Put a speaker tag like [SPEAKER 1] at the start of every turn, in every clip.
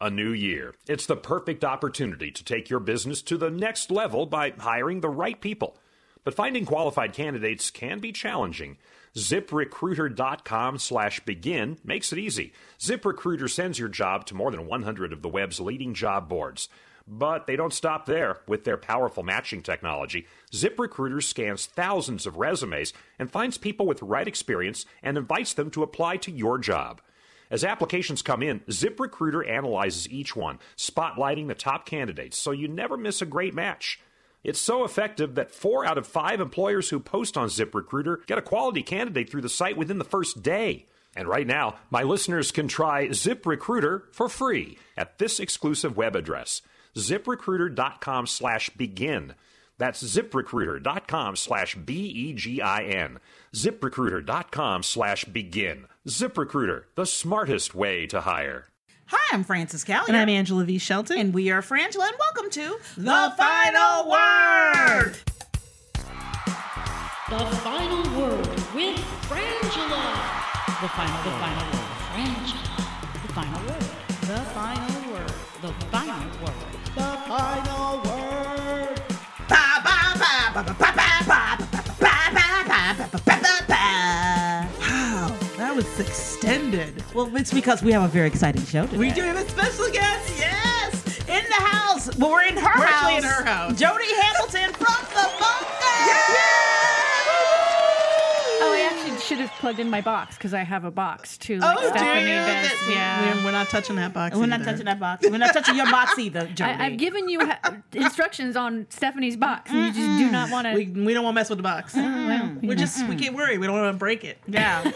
[SPEAKER 1] a new year. It's the perfect opportunity to take your business to the next level by hiring the right people. But finding qualified candidates can be challenging. ZipRecruiter.com slash begin makes it easy. ZipRecruiter sends your job to more than 100 of the web's leading job boards. But they don't stop there. With their powerful matching technology, ZipRecruiter scans thousands of resumes and finds people with the right experience and invites them to apply to your job. As applications come in, ZipRecruiter analyzes each one, spotlighting the top candidates so you never miss a great match. It's so effective that four out of five employers who post on ZipRecruiter get a quality candidate through the site within the first day. And right now, my listeners can try ZipRecruiter for free at this exclusive web address, ziprecruiter.com slash begin. That's ziprecruiter.com slash B E G I N. ZipRecruiter.com slash begin. ZipRecruiter, the smartest way to hire.
[SPEAKER 2] Hi, I'm Frances Callier.
[SPEAKER 3] And I'm Angela V. Shelton.
[SPEAKER 2] And we are Frangela, and welcome to The,
[SPEAKER 3] Final Word.
[SPEAKER 4] The final word with Frangela. The final, the final word. Frangela. The final word. The final word. The final word.
[SPEAKER 2] Ba, ba, ba, ba, ba, ba, ba, ba, ba, ba, ba, ba, ba, ba, ba, ba, ba, ba.
[SPEAKER 3] Wow, that was extended.
[SPEAKER 2] Well, it's because we have a very exciting show today.
[SPEAKER 3] We do have a special guest. Yes.
[SPEAKER 2] In the house. Well, we're in her
[SPEAKER 3] We're
[SPEAKER 2] house.
[SPEAKER 3] actually in her house.
[SPEAKER 2] Jody Hamilton from The Bunker.
[SPEAKER 5] Oh, I actually should have plugged in my box because I have a box too. Like
[SPEAKER 3] Oh, do
[SPEAKER 5] Stephanie
[SPEAKER 3] you?
[SPEAKER 5] does.
[SPEAKER 3] That-
[SPEAKER 5] yeah.
[SPEAKER 3] We're, we're not touching that box.
[SPEAKER 2] We're not touching that box. We're not touching your box either, Jody.
[SPEAKER 5] I, I've given you ha- instructions on Stephanie's box, and you just do not want to.
[SPEAKER 3] We, we don't want to mess with the box. Mm-hmm. We're just we
[SPEAKER 2] Mm.
[SPEAKER 3] can't worry. We don't want to break it.
[SPEAKER 2] Yeah.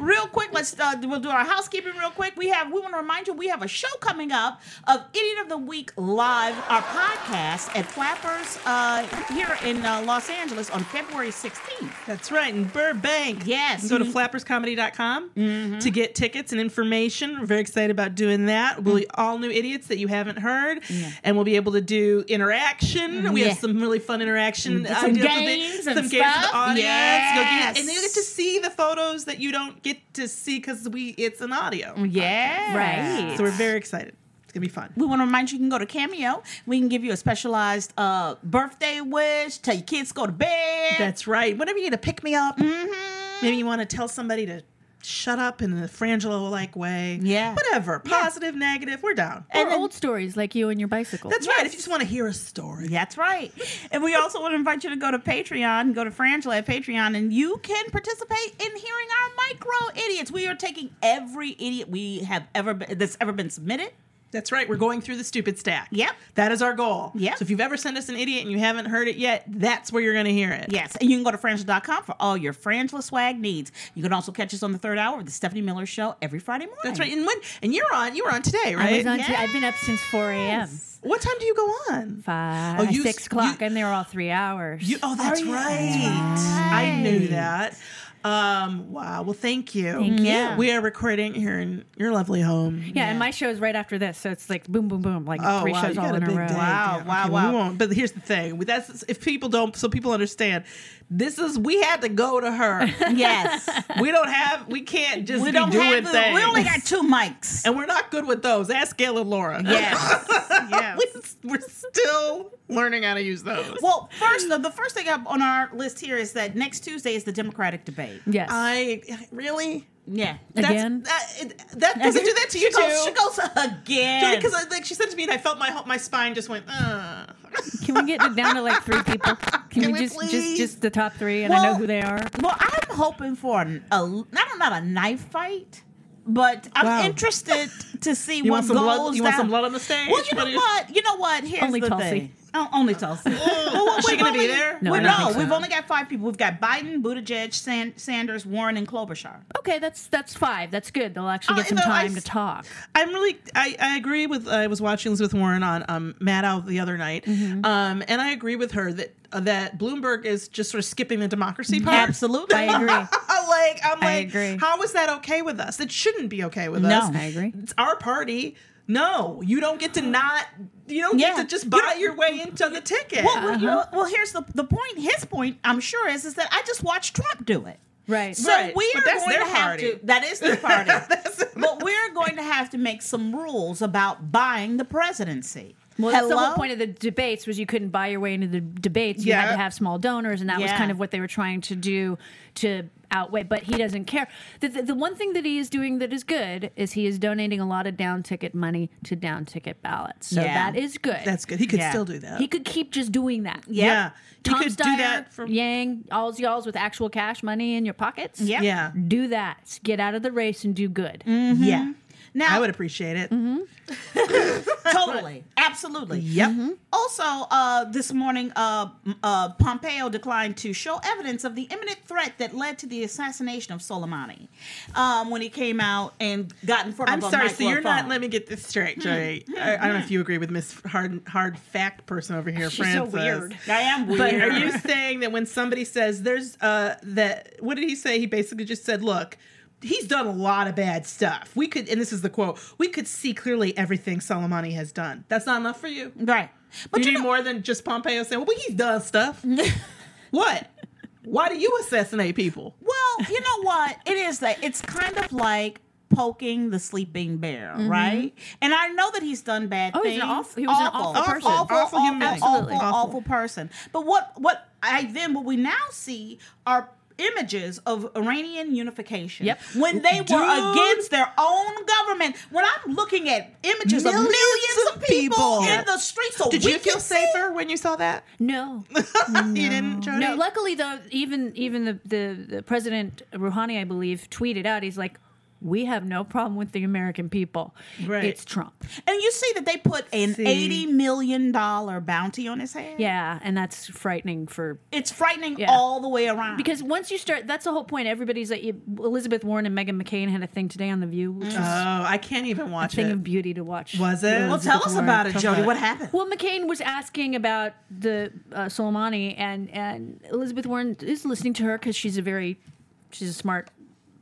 [SPEAKER 2] real quick, let's uh, we'll do our housekeeping real quick. We have we want to remind you we have a show coming up of Idiot of the Week live, our podcast at Flappers uh, here in uh, Los Angeles on February 16th.
[SPEAKER 3] That's right, in Burbank.
[SPEAKER 2] Yes. Mm-hmm.
[SPEAKER 3] Go to flapperscomedy.com to get tickets and information. We're very excited about doing that. We'll
[SPEAKER 2] Mm.
[SPEAKER 3] be all new idiots that you haven't heard, and we'll be able to do interaction.
[SPEAKER 2] Mm-hmm.
[SPEAKER 3] We
[SPEAKER 2] Yeah. Mm,
[SPEAKER 3] have some really fun interaction
[SPEAKER 2] Some
[SPEAKER 3] ideas with it.
[SPEAKER 2] games and
[SPEAKER 3] some games for
[SPEAKER 2] stuff.
[SPEAKER 3] the audience. You'll get- and
[SPEAKER 2] Yes.
[SPEAKER 3] you get to see the photos that you don't get to see because we it's an audio.
[SPEAKER 2] Yeah.
[SPEAKER 5] Right.
[SPEAKER 3] So we're very excited. It's gonna be fun.
[SPEAKER 2] We want to remind you you can go to Cameo. We can give you a specialized uh, birthday wish, tell your kids to go to bed.
[SPEAKER 3] That's right. Whenever you need to pick me up, maybe you want to tell somebody to shut up in a Frangelo like way.
[SPEAKER 2] Yeah.
[SPEAKER 3] Whatever. Positive, negative, we're down.
[SPEAKER 5] or old stories like you and your bicycle.
[SPEAKER 3] That's right. If you just want to hear a story.
[SPEAKER 2] That's right. And we also want to invite you to go to Patreon, go to Frangela at Patreon, and you can participate in hearing our micro idiots. We are taking every idiot we have ever been, that's ever been submitted.
[SPEAKER 3] That's right. We're going through the stupid stack.
[SPEAKER 2] Yep.
[SPEAKER 3] That is our goal.
[SPEAKER 2] Yep.
[SPEAKER 3] So if you've ever sent us an idiot and you haven't heard it yet, that's where you're going to hear it.
[SPEAKER 2] Yes, and you can go to frangela.com for all your Frangela swag needs. You can also catch us on the third hour of the Stephanie Miller Show every Friday morning.
[SPEAKER 3] That's right. And when and you're on, you were on
[SPEAKER 5] I
[SPEAKER 3] today, right?
[SPEAKER 5] was on. T- I've been up since 4 a.m.
[SPEAKER 3] what time do you go on?
[SPEAKER 5] Five,
[SPEAKER 3] Oh, you
[SPEAKER 5] six
[SPEAKER 3] s-
[SPEAKER 5] o'clock,
[SPEAKER 3] you-
[SPEAKER 5] and they were all three hours.
[SPEAKER 3] You, oh, that's right. I knew that. Um, wow. Well, thank you.
[SPEAKER 5] Thank you.
[SPEAKER 3] yeah. We are recording here in your lovely home.
[SPEAKER 5] yeah, and my show is right after this, so it's like boom, boom, boom, like
[SPEAKER 3] Oh,
[SPEAKER 5] three
[SPEAKER 3] wow,
[SPEAKER 5] shows
[SPEAKER 3] you
[SPEAKER 5] all
[SPEAKER 3] got
[SPEAKER 5] in
[SPEAKER 3] a
[SPEAKER 5] a
[SPEAKER 3] big
[SPEAKER 5] row.
[SPEAKER 3] day.
[SPEAKER 2] Wow,
[SPEAKER 3] Damn,
[SPEAKER 2] wow,
[SPEAKER 3] okay,
[SPEAKER 2] wow.
[SPEAKER 3] We won't, but here's the thing: that's if people don't, so people understand. This is we had to go to her.
[SPEAKER 2] Yes.
[SPEAKER 3] we don't have. We can't just
[SPEAKER 2] we
[SPEAKER 3] be
[SPEAKER 2] don't
[SPEAKER 3] doing
[SPEAKER 2] have the,
[SPEAKER 3] things.
[SPEAKER 2] we only got two mics.
[SPEAKER 3] and we're not good with those. Ask Gail and Laura.
[SPEAKER 2] Yes.
[SPEAKER 5] yeah.
[SPEAKER 3] we're still learning how to use those.
[SPEAKER 2] Well, first of the first thing up on our list here is that next Tuesday is the Democratic debate.
[SPEAKER 5] Yes.
[SPEAKER 3] I really
[SPEAKER 2] Yeah.
[SPEAKER 3] That's-
[SPEAKER 5] Again?
[SPEAKER 3] That, it- that doesn't do that to
[SPEAKER 2] she
[SPEAKER 3] you
[SPEAKER 2] goes,
[SPEAKER 3] too.
[SPEAKER 2] she goes again.
[SPEAKER 3] Because like she said to me, and I felt my my spine just went. "Uh." Ugh.
[SPEAKER 5] Can we get down to like three people? Can,
[SPEAKER 3] Can
[SPEAKER 5] we,
[SPEAKER 3] we
[SPEAKER 5] just
[SPEAKER 3] please?
[SPEAKER 5] just just the top three, and I know
[SPEAKER 2] Well-
[SPEAKER 5] who they are.
[SPEAKER 2] well, I'm hoping for an, a not not a knife fight, but I'm
[SPEAKER 3] Wow.
[SPEAKER 2] interested to see
[SPEAKER 3] You
[SPEAKER 2] what
[SPEAKER 3] want some
[SPEAKER 2] goes
[SPEAKER 3] blood? You want
[SPEAKER 2] down.
[SPEAKER 3] some blood on the stage?
[SPEAKER 2] Well, you
[SPEAKER 3] What
[SPEAKER 2] know
[SPEAKER 3] do
[SPEAKER 2] what? You know what? Here's
[SPEAKER 5] Only
[SPEAKER 2] the
[SPEAKER 5] Tulsi.
[SPEAKER 2] thing. Oh, only Tulsi. well, well,
[SPEAKER 3] Is she
[SPEAKER 2] we've
[SPEAKER 3] gonna be
[SPEAKER 2] only-
[SPEAKER 3] there?
[SPEAKER 5] No,
[SPEAKER 2] we-
[SPEAKER 5] I don't think so.
[SPEAKER 2] We've only got five people. We've got Biden, Buttigieg, San- Sanders, Warren, and Klobuchar.
[SPEAKER 5] Okay, that's that's five. That's good. They'll actually
[SPEAKER 3] Uh,
[SPEAKER 5] get some
[SPEAKER 3] no, I
[SPEAKER 5] time
[SPEAKER 3] s-
[SPEAKER 5] to talk.
[SPEAKER 3] I'm really I, I agree with I was watching this with Warren on um Maddow the other night. Um and I agree with her that uh, that Bloomberg is just sort of skipping the democracy
[SPEAKER 2] Mm-hmm.
[SPEAKER 3] part.
[SPEAKER 2] Absolutely.
[SPEAKER 5] I agree.
[SPEAKER 3] like I'm
[SPEAKER 5] I
[SPEAKER 3] like
[SPEAKER 5] agree.
[SPEAKER 3] how is that okay with us? It shouldn't be okay with
[SPEAKER 2] No.
[SPEAKER 3] us.
[SPEAKER 5] I agree.
[SPEAKER 3] It's our party. No, you don't get to not you don't
[SPEAKER 2] Yeah.
[SPEAKER 3] get to just
[SPEAKER 2] You
[SPEAKER 3] buy
[SPEAKER 2] don't-
[SPEAKER 3] your way into the ticket.
[SPEAKER 2] Well, well, you know,
[SPEAKER 3] Uh-huh.
[SPEAKER 2] well, here's the the point. His point, I'm sure, is is that I just watched Trump do it.
[SPEAKER 5] Right.
[SPEAKER 2] So
[SPEAKER 3] Right.
[SPEAKER 2] we
[SPEAKER 3] But
[SPEAKER 2] are
[SPEAKER 3] that's
[SPEAKER 2] going
[SPEAKER 3] their
[SPEAKER 2] to have
[SPEAKER 3] party.
[SPEAKER 2] to. That is their party. but we're going to have to make some rules about buying the presidency.
[SPEAKER 5] Well, that's the whole point of the debates was you couldn't buy your way into the debates. You had
[SPEAKER 3] Yeah.
[SPEAKER 5] to have small donors, and that was
[SPEAKER 2] Yeah.
[SPEAKER 5] kind of what they were trying to do to outweigh. But he doesn't care. The, the, the one thing that he is doing that is good is he is donating a lot of down ticket money to down ticket ballots. So
[SPEAKER 2] Yeah.
[SPEAKER 5] that is good.
[SPEAKER 3] That's good. He could
[SPEAKER 2] Yeah.
[SPEAKER 3] still do that.
[SPEAKER 5] He could keep just doing that.
[SPEAKER 2] Yep.
[SPEAKER 3] Yeah. He
[SPEAKER 5] Tom
[SPEAKER 3] could
[SPEAKER 5] Steyer,
[SPEAKER 3] do that from
[SPEAKER 5] Yang, alls y'alls with actual cash money in your pockets.
[SPEAKER 2] Yep.
[SPEAKER 3] Yeah. Mm.
[SPEAKER 5] Do that. Get out of the race and do good.
[SPEAKER 2] yeah. Now
[SPEAKER 3] I would appreciate it.
[SPEAKER 2] totally, absolutely. Mm-hmm.
[SPEAKER 3] Yep.
[SPEAKER 2] Also, uh, this morning, uh, m- uh, Pompeo declined to show evidence of the imminent threat that led to the assassination of Soleimani um, when he came out and got in front
[SPEAKER 3] I'm
[SPEAKER 2] of a
[SPEAKER 3] sorry. So you're not.
[SPEAKER 2] microphone. Hmm.
[SPEAKER 3] Let me get this straight, Jerry. I, I don't know if you agree with Miss Hard Hard Fact person over here,
[SPEAKER 5] She's so
[SPEAKER 3] Francis.
[SPEAKER 5] weird.
[SPEAKER 2] I am weird.
[SPEAKER 3] But are you saying that when somebody says there's uh that what did he say? He basically just said, look. He's done a lot of bad stuff. We could, and this is the quote: "We could see clearly everything Soleimani has done. That's not enough for you.
[SPEAKER 2] right? But
[SPEAKER 3] you,
[SPEAKER 2] you,
[SPEAKER 3] need
[SPEAKER 2] know,
[SPEAKER 3] more than just Pompeo saying, "Well, he's done stuff." what? Why do you assassinate people?
[SPEAKER 2] Well, you know what? It is that it's kind of like poking the sleeping bear, right? And I know that he's done bad
[SPEAKER 5] Oh,
[SPEAKER 2] things.
[SPEAKER 5] he's an awful- he was an awful person.
[SPEAKER 2] Awful,
[SPEAKER 3] Awful
[SPEAKER 2] awful,
[SPEAKER 3] human being.
[SPEAKER 2] awful,
[SPEAKER 5] Absolutely.
[SPEAKER 2] awful,
[SPEAKER 3] Awful.
[SPEAKER 2] person. But what what I then what we now see are images of Iranian unification.
[SPEAKER 5] Yep.
[SPEAKER 2] When they
[SPEAKER 3] Dude.
[SPEAKER 2] were against their own government. When I'm looking at images
[SPEAKER 3] Millions
[SPEAKER 2] of millions
[SPEAKER 3] of
[SPEAKER 2] of people,
[SPEAKER 3] people.
[SPEAKER 2] in
[SPEAKER 3] Yep.
[SPEAKER 2] the streets, so
[SPEAKER 3] Did
[SPEAKER 2] we
[SPEAKER 3] you feel
[SPEAKER 2] can see-
[SPEAKER 3] safer when you saw that?
[SPEAKER 5] No.
[SPEAKER 3] You didn't, Jody.
[SPEAKER 5] No, luckily though, even even the, the, the president Rouhani, I believe, tweeted out. He's like, "We have no problem with the American people.
[SPEAKER 3] Right.
[SPEAKER 5] It's Trump.
[SPEAKER 2] And you see that they put an
[SPEAKER 3] See.
[SPEAKER 2] eighty million dollar bounty on his head.
[SPEAKER 5] Yeah, and that's frightening for
[SPEAKER 2] it's frightening
[SPEAKER 5] Yeah.
[SPEAKER 2] all the way around.
[SPEAKER 5] because once you start, that's the whole point. Everybody's like Elizabeth Warren and Megan McCain had a thing today on the View, which was
[SPEAKER 3] Oh, I can't even
[SPEAKER 5] a
[SPEAKER 3] watch
[SPEAKER 5] thing of
[SPEAKER 3] it.
[SPEAKER 5] beauty to watch.
[SPEAKER 3] Was it?
[SPEAKER 2] well, tell us about it, Jody. What happened?
[SPEAKER 5] Well, McCain was asking about the uh, Soleimani, and and Elizabeth Warren is listening to her because she's a very, she's a smart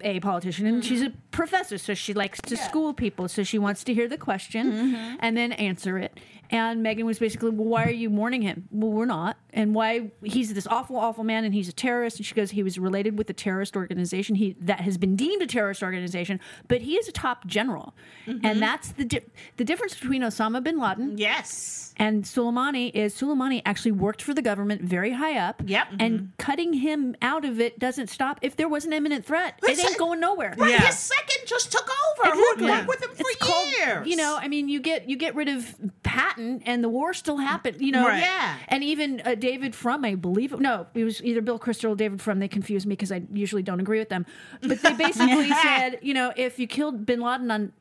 [SPEAKER 5] a politician and she's a professor so she likes to school people so she wants to hear the question and then answer it and megan was basically well why are you warning him well we're not and why he's this awful awful man and he's a terrorist and she goes he was related with a terrorist organization he that has been deemed a terrorist organization but he is a top general and that's the di- the difference between osama bin laden
[SPEAKER 2] Yes.
[SPEAKER 5] and Soleimani is Soleimani actually worked for the government very high up.
[SPEAKER 2] Yep.
[SPEAKER 5] And cutting him out of it doesn't stop if there was an imminent threat. It
[SPEAKER 2] Listen-
[SPEAKER 5] ain't going nowhere.
[SPEAKER 2] Right,
[SPEAKER 3] Yeah.
[SPEAKER 2] his second just took over.
[SPEAKER 5] Exactly.
[SPEAKER 2] Who worked with him for
[SPEAKER 5] It's called-
[SPEAKER 2] years?
[SPEAKER 5] you know, I mean, you get you get rid of Patton, and the war still happened. You know,
[SPEAKER 3] Right.
[SPEAKER 2] Yeah.
[SPEAKER 5] And even uh, David Frum, I believe, no, it was either Bill Kristol or David Frum. They confuse me because I usually don't agree with them. But they basically said, you know, if you killed Bin Laden on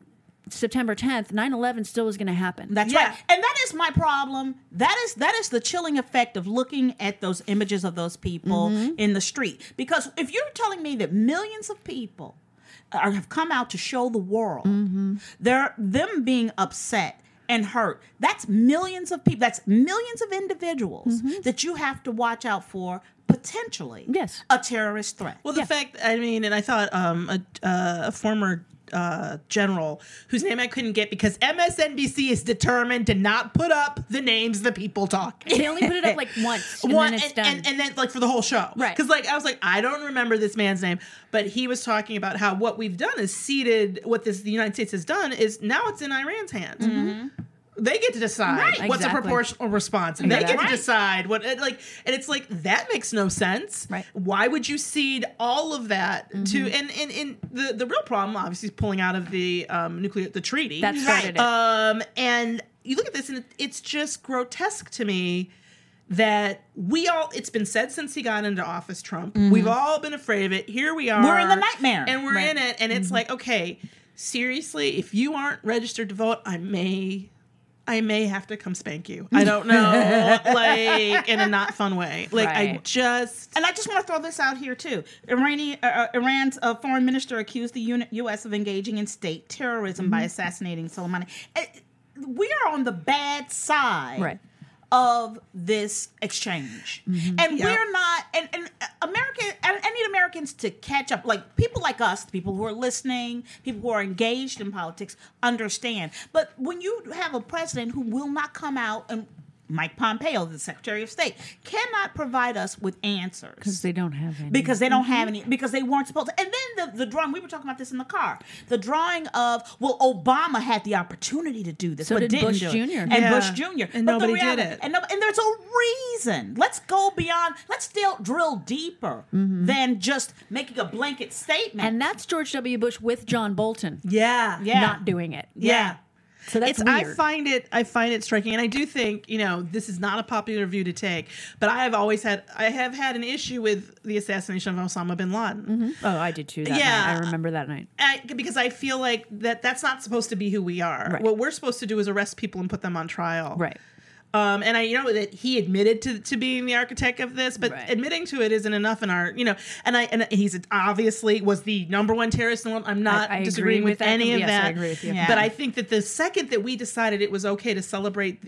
[SPEAKER 5] September 10th, 9/11 still was going to happen.
[SPEAKER 2] That's
[SPEAKER 3] Yeah.
[SPEAKER 2] right. And that is my problem. That is that is the chilling effect of looking at those images of those people
[SPEAKER 5] Mm-hmm.
[SPEAKER 2] in the street. Because if you're telling me that millions of people are, have come out to show the world
[SPEAKER 5] Mm-hmm.
[SPEAKER 2] they're them being upset and hurt, that's millions of people. That's millions of individuals
[SPEAKER 5] Mm-hmm.
[SPEAKER 2] that you have to watch out for potentially
[SPEAKER 5] Yes.
[SPEAKER 2] a terrorist threat.
[SPEAKER 3] Well, the fact, I mean, and I thought um, a, uh, a former uh, general whose name I couldn't get because MSNBC is determined to not put up the names the people talk.
[SPEAKER 5] They only put it up like once, and
[SPEAKER 3] One-
[SPEAKER 5] then it's
[SPEAKER 3] and,
[SPEAKER 5] done.
[SPEAKER 3] And, and then like for the whole show.
[SPEAKER 5] Right.
[SPEAKER 3] Because like I was like, I don't remember this man's name, but he was talking about how what we've done is seeded what this the United States has done is now it's in Iran's hands. They get to decide
[SPEAKER 5] Mm-hmm. Right.
[SPEAKER 3] what's
[SPEAKER 5] Exactly.
[SPEAKER 3] a proportional response. And they
[SPEAKER 5] Exactly.
[SPEAKER 3] get to decide what it, like and it's like that makes no sense.
[SPEAKER 5] Right. Mm-hmm.
[SPEAKER 3] Why would you seed all of that to and, and and the the real problem obviously is pulling out of the um nuclear the treaty.
[SPEAKER 5] That started it.
[SPEAKER 3] Um, and you look at this, and it- it's just grotesque to me that we all. It's been said since he got into office, Trump. We've all been afraid of it. Here we are.
[SPEAKER 2] Mm-hmm. We're in the nightmare.
[SPEAKER 3] and we're
[SPEAKER 2] Right. Mm-hmm.
[SPEAKER 3] in it. And it's like, okay, seriously, if you aren't registered to vote, I may. I may have to come spank you. I don't know, like in a not fun way. Like I
[SPEAKER 5] Right.
[SPEAKER 3] just
[SPEAKER 2] And I just want to throw this out here too. Irani, uh, uh, Iran's uh, foreign minister accused the uni- U.S. of engaging in state terrorism by assassinating Soleimani. Eh, we are on the bad side
[SPEAKER 5] Right.
[SPEAKER 2] of this exchange, and we're not. And, and uh, American, I, I need Americans to catch up. Like people like us, people who are listening, people who are engaged in politics, understand. But when you have a president who will not come out and Mike Pompeo, the Secretary of State, cannot provide us with answers
[SPEAKER 5] because they don't have any.
[SPEAKER 2] because they don't have any because they weren't supposed to and then the, the drawing we were talking about this in the car the drawing of well obama had the opportunity to do this
[SPEAKER 5] So
[SPEAKER 2] but
[SPEAKER 5] did
[SPEAKER 2] didn't
[SPEAKER 5] Bush
[SPEAKER 2] do it.
[SPEAKER 5] Jr..
[SPEAKER 2] and
[SPEAKER 3] Yeah.
[SPEAKER 2] bush jr
[SPEAKER 3] And
[SPEAKER 2] But the
[SPEAKER 3] nobody did
[SPEAKER 2] reality-
[SPEAKER 3] it.
[SPEAKER 2] and, no, and there's a reason let's go beyond let's still drill deeper than just making a blanket statement
[SPEAKER 5] and that's George W. Bush with John Bolton
[SPEAKER 3] yeah
[SPEAKER 2] Yeah.
[SPEAKER 5] not doing it.
[SPEAKER 3] yeah.
[SPEAKER 5] So that's
[SPEAKER 3] it's
[SPEAKER 5] weird.
[SPEAKER 3] I find it I find it striking and I do think, you know, this is not a popular view to take, but I have always had I have had an issue with the assassination of Osama bin Laden.
[SPEAKER 2] Mm-hmm.
[SPEAKER 5] oh, I did too. That
[SPEAKER 3] Yeah.
[SPEAKER 5] night. I remember that night.
[SPEAKER 3] I, because I feel like that that's not supposed to be who we are.
[SPEAKER 5] Right.
[SPEAKER 3] What we're supposed to do is arrest people and put them on trial.
[SPEAKER 5] Right.
[SPEAKER 3] Um, and I, you know, that he admitted to, to being the architect of this, but
[SPEAKER 5] Right.
[SPEAKER 3] admitting to it isn't enough in our, you know, and I, and he's obviously was the number one terrorist in the world. I'm not
[SPEAKER 5] I agree
[SPEAKER 3] disagreeing
[SPEAKER 5] with
[SPEAKER 3] with,
[SPEAKER 5] that.
[SPEAKER 3] any of
[SPEAKER 5] Yes, I
[SPEAKER 3] that.
[SPEAKER 5] agree with you.
[SPEAKER 2] Yeah.
[SPEAKER 3] But I think that the second that we decided it was okay to celebrate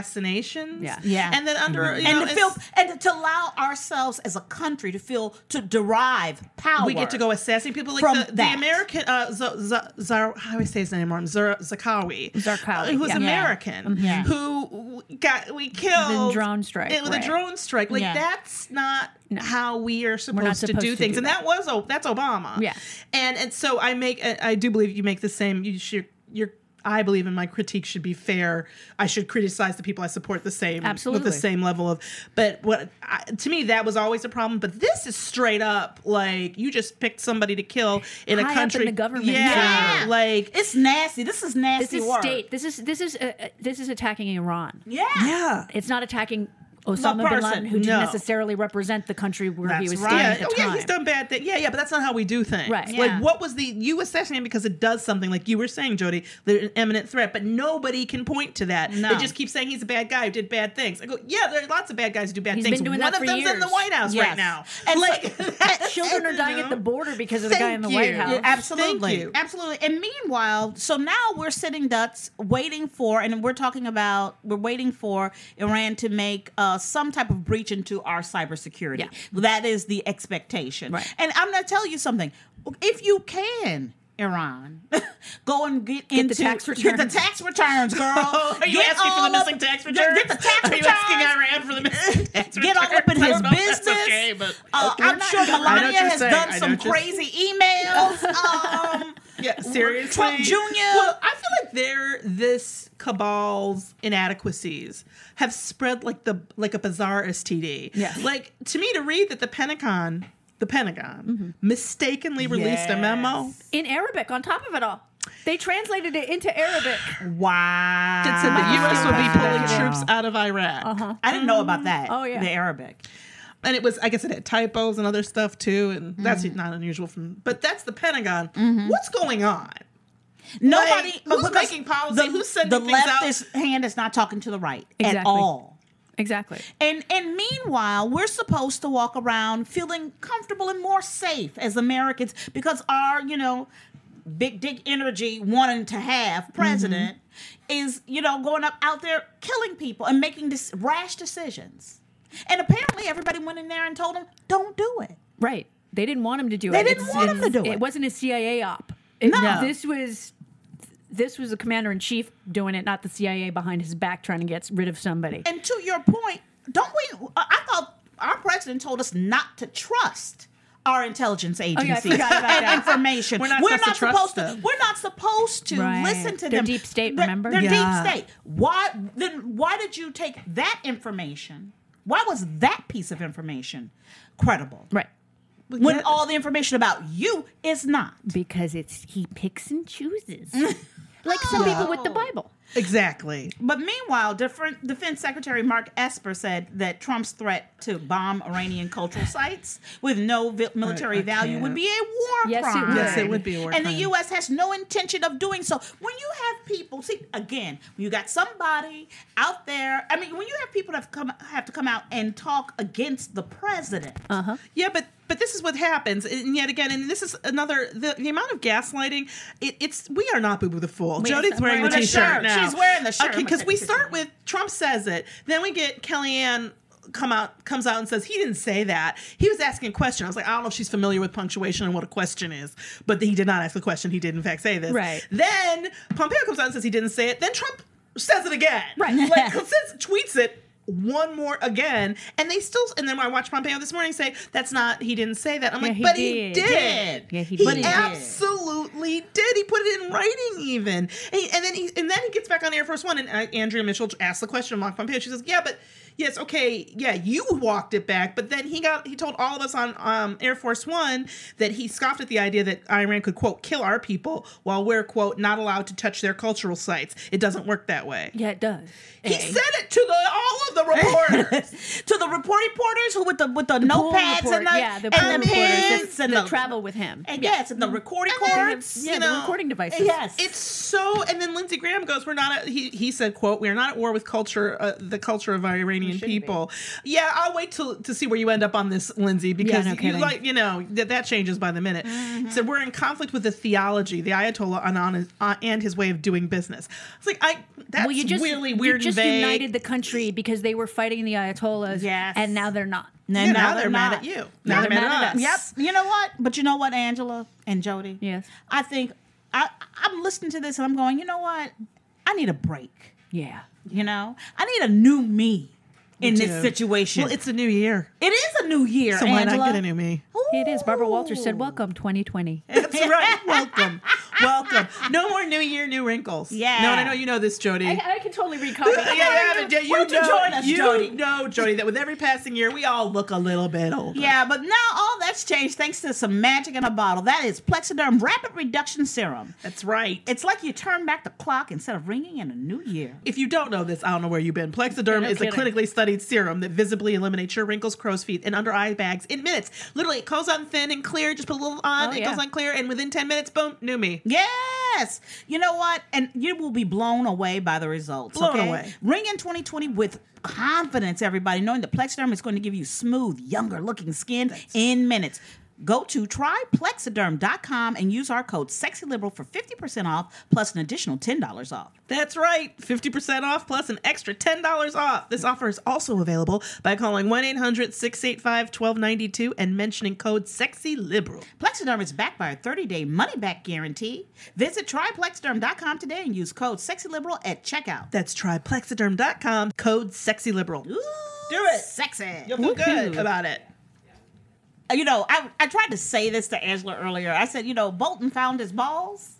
[SPEAKER 3] assassinations,
[SPEAKER 5] Yeah. Mm-hmm.
[SPEAKER 2] Yeah.
[SPEAKER 3] and then under, you
[SPEAKER 2] and
[SPEAKER 3] know,
[SPEAKER 2] to
[SPEAKER 3] it's-
[SPEAKER 2] feel and to allow ourselves as a country to feel to derive power
[SPEAKER 3] we get to go assassinate people like
[SPEAKER 2] From
[SPEAKER 3] the, the
[SPEAKER 2] that.
[SPEAKER 3] American uh, Z- Z- Zar, how do I say his name wrong? Zar, Zarqawi,
[SPEAKER 5] Zarqawi,
[SPEAKER 3] uh, who's
[SPEAKER 5] yeah. Mm-hmm.
[SPEAKER 3] American,
[SPEAKER 2] Yeah.
[SPEAKER 3] who w- got we killed
[SPEAKER 5] The drone strike,
[SPEAKER 3] It- with a
[SPEAKER 5] right.
[SPEAKER 3] drone strike. Like
[SPEAKER 2] Yeah.
[SPEAKER 3] that's not how we are supposed,
[SPEAKER 5] supposed
[SPEAKER 3] to do
[SPEAKER 5] to
[SPEAKER 3] things,
[SPEAKER 5] do
[SPEAKER 3] and that, was O- that's Obama.
[SPEAKER 5] Yeah.
[SPEAKER 3] and and so I make I do believe you make the same. You should your I believe in my critique should be fair. I should criticize the people I support the same
[SPEAKER 5] Absolutely.
[SPEAKER 3] with the same level of. But what I, to me that was always a problem. But this is straight up like you just picked somebody to kill in
[SPEAKER 5] High up
[SPEAKER 3] a
[SPEAKER 5] in
[SPEAKER 3] country.
[SPEAKER 5] the government,
[SPEAKER 3] yeah,
[SPEAKER 2] yeah.
[SPEAKER 3] like
[SPEAKER 2] it's nasty this is nasty
[SPEAKER 5] This is
[SPEAKER 2] work.
[SPEAKER 5] state. This is this is uh, uh, this is attacking Iran.
[SPEAKER 2] yeah
[SPEAKER 3] yeah.
[SPEAKER 5] It's not attacking Osama bin
[SPEAKER 3] person,
[SPEAKER 5] Laden, who didn't
[SPEAKER 3] no.
[SPEAKER 5] necessarily represent the country where he was
[SPEAKER 3] Yeah.
[SPEAKER 5] standing at the
[SPEAKER 3] oh,
[SPEAKER 5] time.
[SPEAKER 3] yeah, he's done bad things. Yeah, yeah, but that's not how we do things.
[SPEAKER 5] Right.
[SPEAKER 2] Yeah.
[SPEAKER 3] Like, what was the you assassinate him because it does something like you were saying, Jody, they're an imminent threat, but nobody can point to that.
[SPEAKER 2] No.
[SPEAKER 3] They just keep saying he's a bad guy who did bad things. I go, yeah, there are lots of bad guys who do bad
[SPEAKER 5] He's
[SPEAKER 3] things.
[SPEAKER 5] been doing
[SPEAKER 3] One
[SPEAKER 5] that for
[SPEAKER 3] of them's in the
[SPEAKER 5] years.
[SPEAKER 3] White House
[SPEAKER 2] Yes.
[SPEAKER 3] right now.
[SPEAKER 2] And
[SPEAKER 3] like
[SPEAKER 5] Children are dying
[SPEAKER 3] you
[SPEAKER 5] at the
[SPEAKER 3] know?
[SPEAKER 5] border because of the guy in the
[SPEAKER 3] Thank
[SPEAKER 5] White
[SPEAKER 3] you.
[SPEAKER 5] House.
[SPEAKER 3] Yeah,
[SPEAKER 2] Absolutely.
[SPEAKER 3] Thank you.
[SPEAKER 2] Absolutely. And meanwhile, so now we're sitting ducks waiting for, and we're talking about, we're waiting for Iran to make uh, some type of breach into our cybersecurity.
[SPEAKER 5] Yeah.
[SPEAKER 2] That is the expectation.
[SPEAKER 5] Right.
[SPEAKER 2] And I'm going to tell you something. If you can, Iran, go and get,
[SPEAKER 5] the
[SPEAKER 2] into
[SPEAKER 5] tax
[SPEAKER 2] Get the
[SPEAKER 5] returns.
[SPEAKER 2] tax returns, girl.
[SPEAKER 3] Oh, Are you
[SPEAKER 2] Get
[SPEAKER 3] asking for
[SPEAKER 2] all
[SPEAKER 3] the
[SPEAKER 2] up-
[SPEAKER 3] missing tax returns?
[SPEAKER 2] Get the tax
[SPEAKER 3] Are
[SPEAKER 2] returns.
[SPEAKER 3] you asking Iran for the missing tax returns?
[SPEAKER 2] Get all up in
[SPEAKER 3] I
[SPEAKER 2] his
[SPEAKER 3] don't know if that's
[SPEAKER 2] business.
[SPEAKER 3] okay, but-
[SPEAKER 2] Uh,
[SPEAKER 3] Okay.
[SPEAKER 2] I'm sure
[SPEAKER 3] I know
[SPEAKER 2] Melania
[SPEAKER 3] what you're
[SPEAKER 2] has
[SPEAKER 3] saying.
[SPEAKER 2] done
[SPEAKER 3] I know
[SPEAKER 2] some
[SPEAKER 3] what you're saying.
[SPEAKER 2] crazy emails. Um,
[SPEAKER 3] Yeah, seriously.
[SPEAKER 2] Trump Jr.
[SPEAKER 3] Well, I feel like their this cabal's inadequacies have spread like the like a bizarre STD.
[SPEAKER 5] Yeah.
[SPEAKER 3] Like to me, to read that the Pentagon, the Pentagon,
[SPEAKER 2] Mm-hmm.
[SPEAKER 3] mistakenly released a memo
[SPEAKER 5] in Arabic on top of it all. They translated it into Arabic.
[SPEAKER 2] Wow.
[SPEAKER 3] that said the U.S. would
[SPEAKER 2] Ah.
[SPEAKER 3] be pulling
[SPEAKER 5] Wow.
[SPEAKER 3] troops out of Iraq,
[SPEAKER 2] I didn't know
[SPEAKER 3] Mm-hmm.
[SPEAKER 2] about that.
[SPEAKER 5] Oh, yeah.
[SPEAKER 2] The Arabic.
[SPEAKER 3] and it was I guess it had typos and other stuff too, and that's
[SPEAKER 2] Mm-hmm.
[SPEAKER 3] not unusual from. But that's the Pentagon. What's going on?
[SPEAKER 2] Nobody. but
[SPEAKER 3] who's
[SPEAKER 2] because
[SPEAKER 3] making policy? Who's sending
[SPEAKER 2] the
[SPEAKER 3] things
[SPEAKER 2] left
[SPEAKER 3] out?
[SPEAKER 2] is- hand is not talking to the right at
[SPEAKER 5] Exactly.
[SPEAKER 2] all.
[SPEAKER 5] Exactly.
[SPEAKER 2] And and meanwhile, we're supposed to walk around feeling comfortable and more safe as Americans because our, you know, big dick energy wanting to have president
[SPEAKER 3] Mm-hmm.
[SPEAKER 2] is, you know, going up out there killing people and making dis- rash decisions. And apparently everybody went in there and told them, "Don't do it."
[SPEAKER 5] Right. They didn't want him to do
[SPEAKER 2] They
[SPEAKER 5] it.
[SPEAKER 2] didn't want him to do it.
[SPEAKER 5] It wasn't a CIA op. It-
[SPEAKER 2] No.
[SPEAKER 5] This was this was the commander in chief doing it, not the CIA behind his back trying to get rid of somebody.
[SPEAKER 2] And to your point, don't we? I- I thought our president told us not to trust our
[SPEAKER 3] Oh,
[SPEAKER 2] intelligence
[SPEAKER 5] I
[SPEAKER 2] agencies
[SPEAKER 5] forgot about
[SPEAKER 2] and
[SPEAKER 5] that.
[SPEAKER 2] information.
[SPEAKER 3] We're not supposed to trust
[SPEAKER 2] supposed to.
[SPEAKER 3] them.
[SPEAKER 2] We're not supposed to
[SPEAKER 5] Right.
[SPEAKER 2] listen to
[SPEAKER 5] They're
[SPEAKER 2] them.
[SPEAKER 5] deep state,
[SPEAKER 2] They're-
[SPEAKER 5] remember?
[SPEAKER 2] They're
[SPEAKER 3] Yeah.
[SPEAKER 2] deep state. Why then? Why did you take that information? Why was that piece of information credible?
[SPEAKER 5] Right.
[SPEAKER 2] When all the information about you is not.
[SPEAKER 5] Because it's he picks and chooses. like some people with the Bible.
[SPEAKER 3] Exactly.
[SPEAKER 2] But meanwhile, different Defense Secretary Mark Esper said that Trump's threat to bomb Iranian cultural sites with no vi- military
[SPEAKER 3] I
[SPEAKER 2] value
[SPEAKER 3] can't.
[SPEAKER 2] would be a war
[SPEAKER 5] Yes, it
[SPEAKER 2] crime.
[SPEAKER 5] would. Yes,
[SPEAKER 3] it would be a war
[SPEAKER 2] And
[SPEAKER 3] crime.
[SPEAKER 2] the U.S. has no intention of doing so. When you have people, see again, when you got somebody out there. I mean, when you have people that have come have to come out and talk against the president.
[SPEAKER 3] Yeah, but but this is what happens, and yet again, and this is another the, the amount of gaslighting. It, it's we are not boo boo the fool. Jody's
[SPEAKER 5] I'm
[SPEAKER 3] wearing the
[SPEAKER 5] wearing the
[SPEAKER 3] t-shirt
[SPEAKER 2] shirt.
[SPEAKER 3] now.
[SPEAKER 2] She's wearing the shirt.
[SPEAKER 3] Okay,
[SPEAKER 2] I'm
[SPEAKER 3] because
[SPEAKER 2] gonna
[SPEAKER 3] we
[SPEAKER 2] take the
[SPEAKER 3] start
[SPEAKER 2] shirt.
[SPEAKER 3] with Trump says it, then we get Kellyanne come out comes out and says he didn't say that. He was asking a question. I was like, I don't know if she's familiar with punctuation and what a question is, but he did not ask a question. He did in fact say this.
[SPEAKER 5] Right.
[SPEAKER 3] Then Pompeo comes out and says he didn't say it. Then Trump says it again.
[SPEAKER 5] Right.
[SPEAKER 3] Like says tweets it one more again and they still and then I watched Pompeo this morning say that's not he didn't say that. I'm like,
[SPEAKER 5] he
[SPEAKER 3] but he
[SPEAKER 5] did.
[SPEAKER 3] did.
[SPEAKER 5] Yeah, he
[SPEAKER 3] But
[SPEAKER 5] did.
[SPEAKER 3] absolutely did. He put it in writing even. And, and then he and then he gets back on Air Force One and uh, Andrea Mitchell asked the question of Mark Pompeo. She says, Yeah, but yes, okay, yeah, you walked it back. But then he got he told all of us on um, Air Force One that he scoffed at the idea that Iran could quote kill our people while we're quote not allowed to touch their cultural sites. It doesn't work that way.
[SPEAKER 5] Yeah, it does.
[SPEAKER 3] He said it to the all of the reporters.
[SPEAKER 2] to the report reporters who with the with the,
[SPEAKER 5] Pool
[SPEAKER 2] notepads
[SPEAKER 5] report-
[SPEAKER 2] and the
[SPEAKER 5] yeah, the
[SPEAKER 2] and
[SPEAKER 5] pool
[SPEAKER 2] the
[SPEAKER 5] reporters that-
[SPEAKER 2] pens and
[SPEAKER 5] that
[SPEAKER 2] the
[SPEAKER 5] travel with him.
[SPEAKER 2] And yes, and the recording
[SPEAKER 3] then they have-
[SPEAKER 2] cards.
[SPEAKER 5] yeah,
[SPEAKER 3] you
[SPEAKER 5] the
[SPEAKER 3] know,
[SPEAKER 5] recording devices.
[SPEAKER 2] Yes.
[SPEAKER 3] It's so, and then Lindsey Graham goes, "We're not." At, he he said, "quote We are not at war with culture, uh, the culture of Iranian people." Yeah, I'll wait till to see where you end up on this, Lindsey, because
[SPEAKER 5] no
[SPEAKER 3] you
[SPEAKER 5] kidding. Mm-hmm.
[SPEAKER 3] like you know that that changes by the minute. So we're in conflict with the theology, the Ayatollah, and on his, uh, and his way of doing business. It's like I that's
[SPEAKER 5] well, you just
[SPEAKER 3] really weird.
[SPEAKER 5] You just
[SPEAKER 3] and vague.
[SPEAKER 5] united the country because they were fighting the ayatollahs,
[SPEAKER 2] Yes.
[SPEAKER 5] and now they're not.
[SPEAKER 2] No,
[SPEAKER 3] Yeah,
[SPEAKER 2] no,
[SPEAKER 3] now they're mad
[SPEAKER 2] not.
[SPEAKER 3] at you. Now they're mad at us.
[SPEAKER 2] Yep. You know what? But you know what, Angela and Jody?
[SPEAKER 5] Yes.
[SPEAKER 2] I think I, I'm listening to this and I'm going, you know what? I need a break.
[SPEAKER 5] Yeah.
[SPEAKER 2] You know? I need a new me in this situation.
[SPEAKER 3] Well, it's a new year,
[SPEAKER 2] it is a new year.
[SPEAKER 3] so why
[SPEAKER 2] Angela.
[SPEAKER 3] not get a new me?
[SPEAKER 5] It is. Barbara Walters said,
[SPEAKER 2] Ooh.
[SPEAKER 5] "Welcome 2020."
[SPEAKER 3] That's right. Welcome. Welcome. No more new year, new wrinkles.
[SPEAKER 2] Yeah.
[SPEAKER 3] No, and I know you know this, Jody.
[SPEAKER 5] can totally read copy.
[SPEAKER 3] yeah, yeah, but you,
[SPEAKER 2] Why don't you
[SPEAKER 3] know,
[SPEAKER 2] join us,
[SPEAKER 3] you
[SPEAKER 2] Jody?
[SPEAKER 3] know, Jody, that with every passing year, we all look a little bit older.
[SPEAKER 2] Yeah, but now all that's changed thanks to some magic in a bottle. That is Plexiderm Rapid Reduction Serum.
[SPEAKER 3] That's right.
[SPEAKER 2] It's like you turn back the clock instead of ringing in a new year.
[SPEAKER 3] if you don't know this, I don't know where you've been. Plexiderm is a
[SPEAKER 5] kidding.
[SPEAKER 3] clinically studied serum that visibly eliminates your wrinkles, crow's feet, and under eye bags in minutes. Literally, it goes on thin and clear. Just put a little on,
[SPEAKER 5] Oh,
[SPEAKER 3] it
[SPEAKER 5] yeah.
[SPEAKER 3] goes on clear, and within 10 minutes, boom, new me.
[SPEAKER 2] Yes. You know what? And you will be blown away by the results.
[SPEAKER 3] Blown
[SPEAKER 2] okay?
[SPEAKER 3] away.
[SPEAKER 2] Ring in 2020 with confidence, everybody, knowing that Plexiderm is going to give you smooth, younger looking skin in minutes. Go to tryplexiderm.com and use our code SEXYLIBERAL for 50% off plus an additional $10 off.
[SPEAKER 3] That's right, 50% off plus an extra $10 off. This offer is also available by calling 1 800 685 1292 and mentioning code SEXYLIBERAL.
[SPEAKER 2] Plexiderm is backed by a 30-day money-back guarantee. Visit tryplexiderm.com today and use code SEXYLIBERAL at checkout.
[SPEAKER 3] That's triplexiderm.com, code SEXYLIBERAL. Do it.
[SPEAKER 2] Sexy.
[SPEAKER 3] You'll feel good
[SPEAKER 2] Woohoo.
[SPEAKER 3] about it.
[SPEAKER 2] you know, I, I tried to say this to Angela earlier. I said, you know, Bolton found his balls.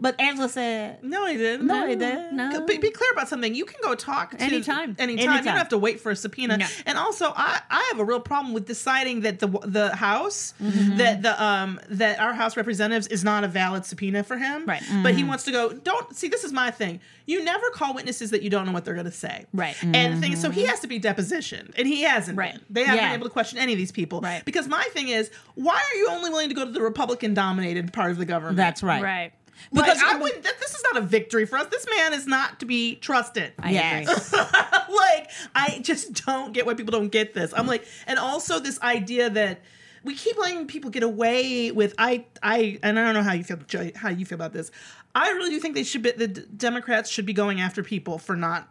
[SPEAKER 2] but Angela said,
[SPEAKER 3] No, I didn't.
[SPEAKER 2] no, he didn't.
[SPEAKER 5] No.
[SPEAKER 3] Be, be clear about something. You can go talk to
[SPEAKER 5] Anytime.
[SPEAKER 3] anytime. You don't
[SPEAKER 2] Anytime.
[SPEAKER 3] have to wait for a subpoena.
[SPEAKER 5] No.
[SPEAKER 3] And also, I, I have a real problem with deciding that the the house
[SPEAKER 5] Mm-hmm.
[SPEAKER 3] that the um that our house representatives is not a valid subpoena for him.
[SPEAKER 5] Right. Mm-hmm.
[SPEAKER 3] But he wants to go. Don't see. This is my thing. You never call witnesses that you don't know what they're going to say.
[SPEAKER 5] Right. Mm-hmm.
[SPEAKER 3] And the thing. So he has to be depositioned, and he hasn't.
[SPEAKER 5] Right.
[SPEAKER 3] been. They haven't
[SPEAKER 5] Yeah.
[SPEAKER 3] been able to question any of these people.
[SPEAKER 5] Right.
[SPEAKER 3] Because my thing is, why are you only willing to go to the Republican dominated part of the government?
[SPEAKER 2] that's right.
[SPEAKER 5] Right.
[SPEAKER 3] Because
[SPEAKER 2] Like,
[SPEAKER 3] I wouldn't. That, this is not a victory for us. This man is not to be trusted.
[SPEAKER 5] I
[SPEAKER 2] Yes.
[SPEAKER 3] like I just don't get why people don't get this. I'm like, and also this idea that we keep letting people get away with. I I and I don't know how you feel Jo- how you feel about this. I really do think they should be the D- Democrats should be going after people for not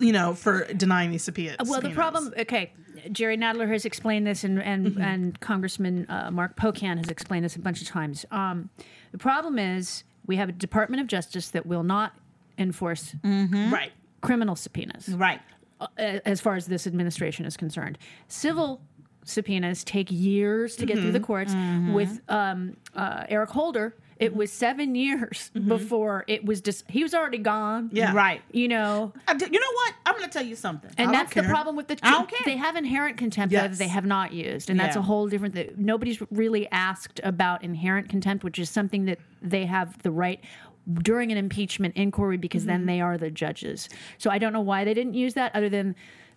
[SPEAKER 3] you know, for denying these subpoenas.
[SPEAKER 5] Uh, Well, the problem, okay, Jerry Nadler has explained this, and and, and Congressman uh, Mark Pocan has explained this a bunch of times. Um, the problem is we have a Department of Justice that will not enforce
[SPEAKER 3] right?
[SPEAKER 5] criminal subpoenas
[SPEAKER 2] Right.
[SPEAKER 5] uh, as far as this administration is concerned. Civil subpoenas take years to get through the courts. With um, uh, Eric Holder, it was seven years before it was just, he was already gone.
[SPEAKER 3] Yeah.
[SPEAKER 2] Right.
[SPEAKER 5] You know,
[SPEAKER 2] I d- you know what? I'm going to tell you something.
[SPEAKER 5] and
[SPEAKER 3] I don't
[SPEAKER 5] that's the
[SPEAKER 3] care.
[SPEAKER 5] problem with the
[SPEAKER 2] I don't care.
[SPEAKER 5] they have inherent contempt that
[SPEAKER 3] Yes.
[SPEAKER 5] they have not used, and that's
[SPEAKER 2] Yeah.
[SPEAKER 5] a whole different. thing. Nobody's really asked about inherent contempt, which is something that they have the right during an impeachment inquiry because
[SPEAKER 3] Mm-hmm.
[SPEAKER 5] then they are the judges. So I don't know why they didn't use that, other than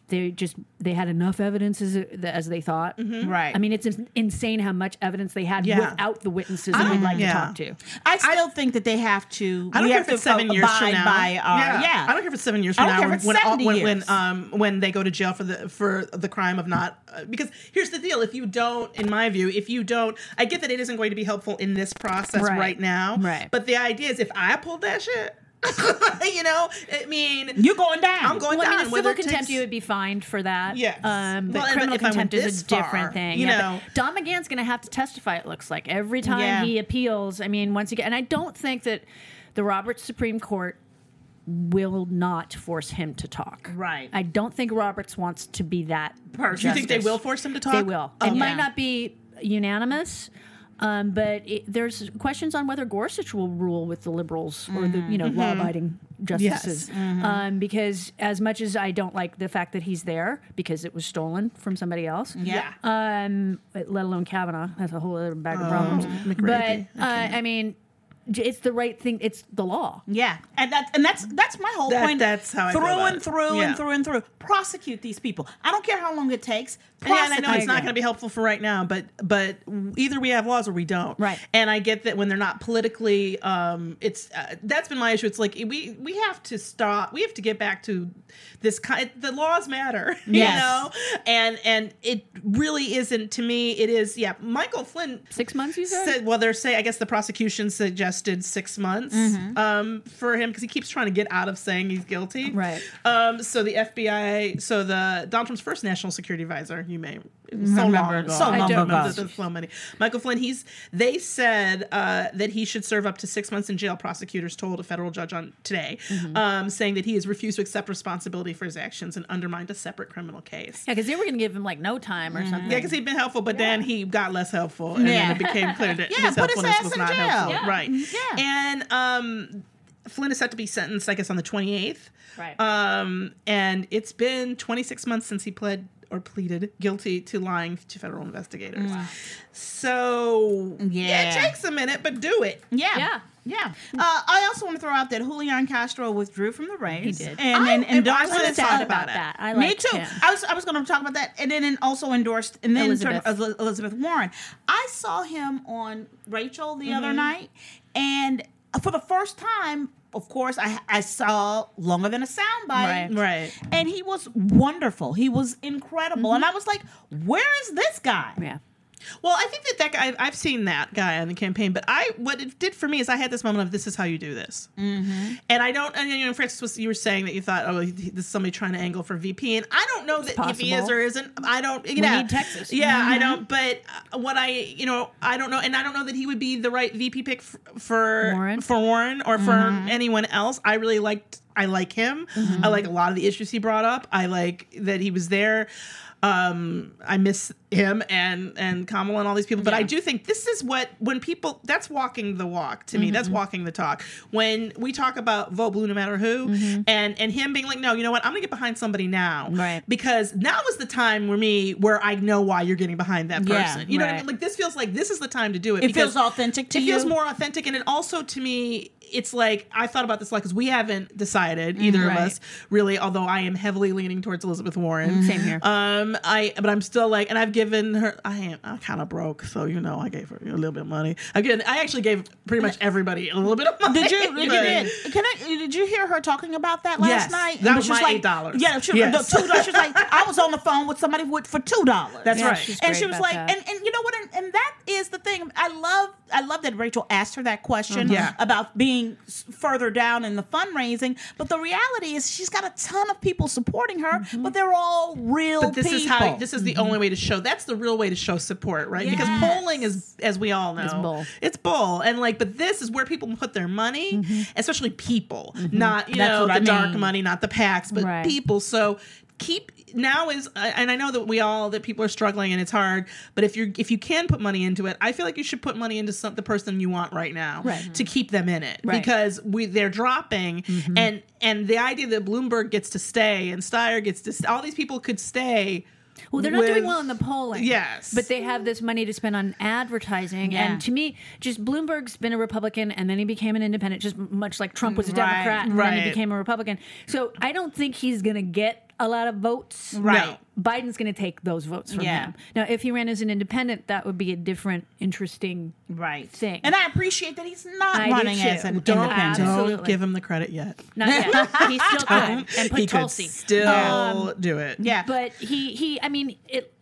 [SPEAKER 5] they just they had enough evidence as, as they thought.
[SPEAKER 2] Right.
[SPEAKER 5] I mean, it's ins- insane how much evidence they had
[SPEAKER 3] Mm-hmm. Yeah.
[SPEAKER 5] without the witnesses that we'd like
[SPEAKER 3] yeah.
[SPEAKER 5] to talk to.
[SPEAKER 2] I still think that they have to.
[SPEAKER 3] I don't
[SPEAKER 2] we
[SPEAKER 3] care
[SPEAKER 2] have
[SPEAKER 3] if it's
[SPEAKER 2] to
[SPEAKER 3] seven years
[SPEAKER 2] abide
[SPEAKER 3] from now.
[SPEAKER 2] By our, yeah.
[SPEAKER 3] I don't care if it's seven years
[SPEAKER 2] I
[SPEAKER 3] from
[SPEAKER 2] don't
[SPEAKER 3] now.
[SPEAKER 2] care
[SPEAKER 3] When,
[SPEAKER 2] if it's
[SPEAKER 3] when, all-
[SPEAKER 2] 70
[SPEAKER 3] when, when,
[SPEAKER 2] years.
[SPEAKER 3] um when they go to jail for the for the crime of not uh, because here's the deal: if you don't, in my view, if you don't, I get that it isn't going to be helpful in this process
[SPEAKER 5] Right.
[SPEAKER 3] right, now.
[SPEAKER 5] Right.
[SPEAKER 3] But the idea is, if I pulled that shit, you know, I mean,
[SPEAKER 2] You're going down.
[SPEAKER 3] I'm going
[SPEAKER 5] Well,
[SPEAKER 3] down.
[SPEAKER 5] I mean, the
[SPEAKER 3] whether
[SPEAKER 5] civil
[SPEAKER 3] it
[SPEAKER 5] contempt
[SPEAKER 3] takes-
[SPEAKER 5] you would be fined for that.
[SPEAKER 3] Yes.
[SPEAKER 5] Um, but
[SPEAKER 3] Well, and
[SPEAKER 5] criminal
[SPEAKER 3] if I went
[SPEAKER 5] contempt is
[SPEAKER 3] this
[SPEAKER 5] a different
[SPEAKER 3] far,
[SPEAKER 5] thing.
[SPEAKER 3] you
[SPEAKER 5] yeah,
[SPEAKER 3] know.
[SPEAKER 5] but Don McGahn's going to have to testify. It looks like every time
[SPEAKER 3] Yeah.
[SPEAKER 5] he appeals. I mean, once again, and I don't think that the Roberts Supreme Court will not force him to talk.
[SPEAKER 2] Right.
[SPEAKER 5] I don't think Roberts wants to be that person.
[SPEAKER 3] You think they will force him to talk?
[SPEAKER 5] They will.
[SPEAKER 3] Oh,
[SPEAKER 5] It might
[SPEAKER 2] yeah.
[SPEAKER 5] not be unanimous, um, but it, there's questions on whether Gorsuch will rule with the liberals or the
[SPEAKER 3] Mm-hmm.
[SPEAKER 5] you know law-abiding justices.
[SPEAKER 2] Mm-hmm.
[SPEAKER 5] Um, because as much as I don't like the fact that he's there because it was stolen from somebody else,
[SPEAKER 2] Mm-hmm. Yeah. Oh,
[SPEAKER 5] um, let alone Kavanaugh, that's a whole other bag of problems.
[SPEAKER 3] McRae.
[SPEAKER 5] But uh, I mean, j- it's the right thing. It's the law.
[SPEAKER 2] Yeah, and that's and that's that's my whole
[SPEAKER 3] That-
[SPEAKER 2] point.
[SPEAKER 3] that's how I
[SPEAKER 2] through
[SPEAKER 3] feel about
[SPEAKER 2] and
[SPEAKER 3] it.
[SPEAKER 2] through
[SPEAKER 3] Yeah.
[SPEAKER 2] and through and through. Prosecute these people. I don't care how long it takes.
[SPEAKER 3] And yeah, and I know
[SPEAKER 2] Prosecute
[SPEAKER 3] it's not
[SPEAKER 2] them.
[SPEAKER 3] going to be helpful for right now, but but either we have laws or we don't.
[SPEAKER 5] Right.
[SPEAKER 3] And I get that when they're not politically, um, it's uh, that's been my issue. It's like we we have to stop. We have to get back to this kind. The laws matter,
[SPEAKER 2] Yes.
[SPEAKER 3] you know. And and it really isn't to me. It is. Yeah, Michael Flynn.
[SPEAKER 5] Six months, you said?
[SPEAKER 3] Said, well, they're saying. I guess the prosecution suggested six months um, for him because he keeps trying to get out of saying he's guilty.
[SPEAKER 5] Right.
[SPEAKER 3] Um, so the FBI, so the Donald Trump's first national security advisor, you may it was so
[SPEAKER 2] Remember,
[SPEAKER 3] long ago.
[SPEAKER 2] so
[SPEAKER 5] long
[SPEAKER 3] don't
[SPEAKER 5] ago.
[SPEAKER 3] know the- the flow money. Michael Flynn, he's they said uh, that he should serve up to six months in jail. Prosecutors told a federal judge on today, um, saying that he has refused to accept responsibility for his actions and undermined a separate criminal case.
[SPEAKER 5] Yeah, because they were going to give him like no time
[SPEAKER 2] Mm-hmm.
[SPEAKER 5] or something.
[SPEAKER 3] Yeah, because he'd been helpful, but then he got less helpful, and
[SPEAKER 2] Yeah.
[SPEAKER 3] then it became clear that
[SPEAKER 2] Yeah,
[SPEAKER 3] his
[SPEAKER 2] put his
[SPEAKER 3] helpfulness
[SPEAKER 2] ass
[SPEAKER 3] was
[SPEAKER 2] in
[SPEAKER 3] not
[SPEAKER 2] jail.
[SPEAKER 3] helpful,
[SPEAKER 2] Yeah. Mm-hmm.
[SPEAKER 3] right?
[SPEAKER 2] Yeah.
[SPEAKER 3] and um, Flynn is set to be sentenced, I guess, on the twenty eighth.
[SPEAKER 5] Right.
[SPEAKER 2] uh,
[SPEAKER 3] Um, and it's been 26 months since he pled or pleaded guilty to lying to federal investigators. So
[SPEAKER 2] Yeah.
[SPEAKER 3] it takes a minute, but do it.
[SPEAKER 2] Yeah.
[SPEAKER 5] Yeah.
[SPEAKER 2] Yeah. Uh, I also want to throw out that Julian Castro withdrew from the race.
[SPEAKER 5] He did.
[SPEAKER 2] And then
[SPEAKER 3] I'm- I
[SPEAKER 2] endorsed
[SPEAKER 3] was
[SPEAKER 2] it.
[SPEAKER 3] sad
[SPEAKER 5] Thought about
[SPEAKER 3] about it.
[SPEAKER 5] that. I
[SPEAKER 2] Me
[SPEAKER 5] liked
[SPEAKER 2] too.
[SPEAKER 5] him.
[SPEAKER 2] I was I was going to talk about that, and then also endorsed, and then
[SPEAKER 5] Elizabeth.
[SPEAKER 2] turned- Eliz- Elizabeth Warren. I saw him on Rachel the
[SPEAKER 5] Mm-hmm.
[SPEAKER 2] other night, and for the first time, of course, I I saw longer than a soundbite,
[SPEAKER 5] Right.
[SPEAKER 3] Right.
[SPEAKER 2] And he was wonderful. He was incredible,
[SPEAKER 5] Mm-hmm.
[SPEAKER 2] and I was like, "Where is this guy?"
[SPEAKER 5] yeah.
[SPEAKER 3] Well, I think that that guy, I've- I've seen that guy on the campaign, but I, what it did for me is I had this moment of this is how you do this.
[SPEAKER 5] Mm-hmm.
[SPEAKER 3] And I don't, and you know, Francis, was, you were saying that you thought, oh, he- this is somebody trying to angle for VP. And I don't know that if he is
[SPEAKER 5] possible.
[SPEAKER 3] or isn't. I don't, you know.
[SPEAKER 5] need Texas. Mm-hmm.
[SPEAKER 3] Yeah, I don't, but uh, what I, you know, I don't know. And I don't know that he would be the right VP pick f- for
[SPEAKER 5] Warren?
[SPEAKER 3] for Warren or for
[SPEAKER 2] Mm-hmm.
[SPEAKER 3] anyone else. I really liked, I like him. I like a lot of the issues he brought up. I like that he was there. Um, I miss him and and Kamala and all these people, but I do think this is what when people that's walking the walk to me.
[SPEAKER 2] Mm-hmm.
[SPEAKER 3] That's walking the talk. When we talk about vote blue, no matter who,
[SPEAKER 2] Mm-hmm.
[SPEAKER 3] and and him being like, no, you know what, I'm gonna get behind somebody now,
[SPEAKER 5] Right.
[SPEAKER 3] Because now is the time for me where I know why you're getting behind that
[SPEAKER 2] Yeah,
[SPEAKER 3] person. You know what I
[SPEAKER 5] right.
[SPEAKER 3] mean? Like this feels like this is the time to do it.
[SPEAKER 2] It
[SPEAKER 3] because
[SPEAKER 2] feels authentic to
[SPEAKER 3] it
[SPEAKER 2] you.
[SPEAKER 3] feels more authentic, and it also to me, it's like I thought about this a lot because we haven't
[SPEAKER 2] Mm,
[SPEAKER 3] decided either
[SPEAKER 5] right.
[SPEAKER 3] of us really. Although I am heavily leaning towards Elizabeth Warren.
[SPEAKER 2] Mm-hmm.
[SPEAKER 5] Same here.
[SPEAKER 3] Um, I but I'm still like, and I've given her. I am. I'm kind of broke, so you know, I gave her a little bit of money. Again, I actually gave pretty much everybody a little bit of money.
[SPEAKER 2] Did you, did you,
[SPEAKER 3] but-
[SPEAKER 2] did, can I, did you hear her talking about that last
[SPEAKER 3] Yes.
[SPEAKER 2] night?
[SPEAKER 3] That
[SPEAKER 2] And
[SPEAKER 3] was
[SPEAKER 2] she
[SPEAKER 3] my
[SPEAKER 2] like,
[SPEAKER 3] $8.
[SPEAKER 2] Yeah, she,
[SPEAKER 3] Yes.
[SPEAKER 2] no, two dollars. She was like, I was on the phone with somebody with, for two dollars.
[SPEAKER 3] That's
[SPEAKER 5] Yeah,
[SPEAKER 3] right.
[SPEAKER 5] she's
[SPEAKER 2] and
[SPEAKER 5] great
[SPEAKER 2] she was
[SPEAKER 5] about
[SPEAKER 2] like,
[SPEAKER 5] that.
[SPEAKER 2] and, and you know what? And, and that is the thing. I love, I love that Rachel asked her that question
[SPEAKER 3] Yeah.
[SPEAKER 2] about being being s- further down in the fundraising. But the reality is, she's got a ton of people supporting her,
[SPEAKER 5] Mm-hmm.
[SPEAKER 2] but they're all real
[SPEAKER 3] But this
[SPEAKER 2] people.
[SPEAKER 3] is how this is the only way to show that's the real way to show support, right? Because
[SPEAKER 2] Mm-hmm. Yes.
[SPEAKER 3] polling is as we all know.
[SPEAKER 5] It's bull.
[SPEAKER 3] It's bull. And like but this is where people put their money, especially people, not you
[SPEAKER 2] Mm-hmm. That's
[SPEAKER 3] know the
[SPEAKER 2] what I
[SPEAKER 3] dark
[SPEAKER 2] mean.
[SPEAKER 3] money, not the packs, but
[SPEAKER 5] Right.
[SPEAKER 3] people. So keep now is and I know that we all that people are struggling and it's hard, but if you're if you can put money into it, I feel like you should put money into some, the person you want right now
[SPEAKER 5] Right.
[SPEAKER 3] to keep them in it
[SPEAKER 5] Right. Mm-hmm.
[SPEAKER 3] because we they're dropping and and the idea that Bloomberg gets to stay and Steyer gets to st- all these people could stay.
[SPEAKER 5] Well, they're not
[SPEAKER 3] with-
[SPEAKER 5] doing well in the polling.
[SPEAKER 3] Yes.
[SPEAKER 5] But they have this money to spend on advertising.
[SPEAKER 2] Yeah.
[SPEAKER 5] And to me, just Bloomberg's been a Republican and then he became an independent, just much like Trump was a
[SPEAKER 3] Mm, Right,
[SPEAKER 5] Democrat and then
[SPEAKER 3] right.
[SPEAKER 5] he became a Republican. So I don't think he's going to get a lot of votes.
[SPEAKER 3] Right.
[SPEAKER 5] Biden's going to take those votes from
[SPEAKER 2] Yeah.
[SPEAKER 5] him. Now, if he ran as an independent, that would be a different, interesting
[SPEAKER 2] right
[SPEAKER 5] thing.
[SPEAKER 2] And I appreciate that he's not
[SPEAKER 5] I do
[SPEAKER 2] running
[SPEAKER 5] too.
[SPEAKER 2] as an
[SPEAKER 5] Don't-
[SPEAKER 2] independent.
[SPEAKER 5] Absolutely.
[SPEAKER 3] Don't give him the credit yet.
[SPEAKER 5] Not yet. He's still good. And put
[SPEAKER 3] he
[SPEAKER 5] Tulsi. Um,
[SPEAKER 3] could still do it.
[SPEAKER 2] Yeah,
[SPEAKER 5] but he he i mean it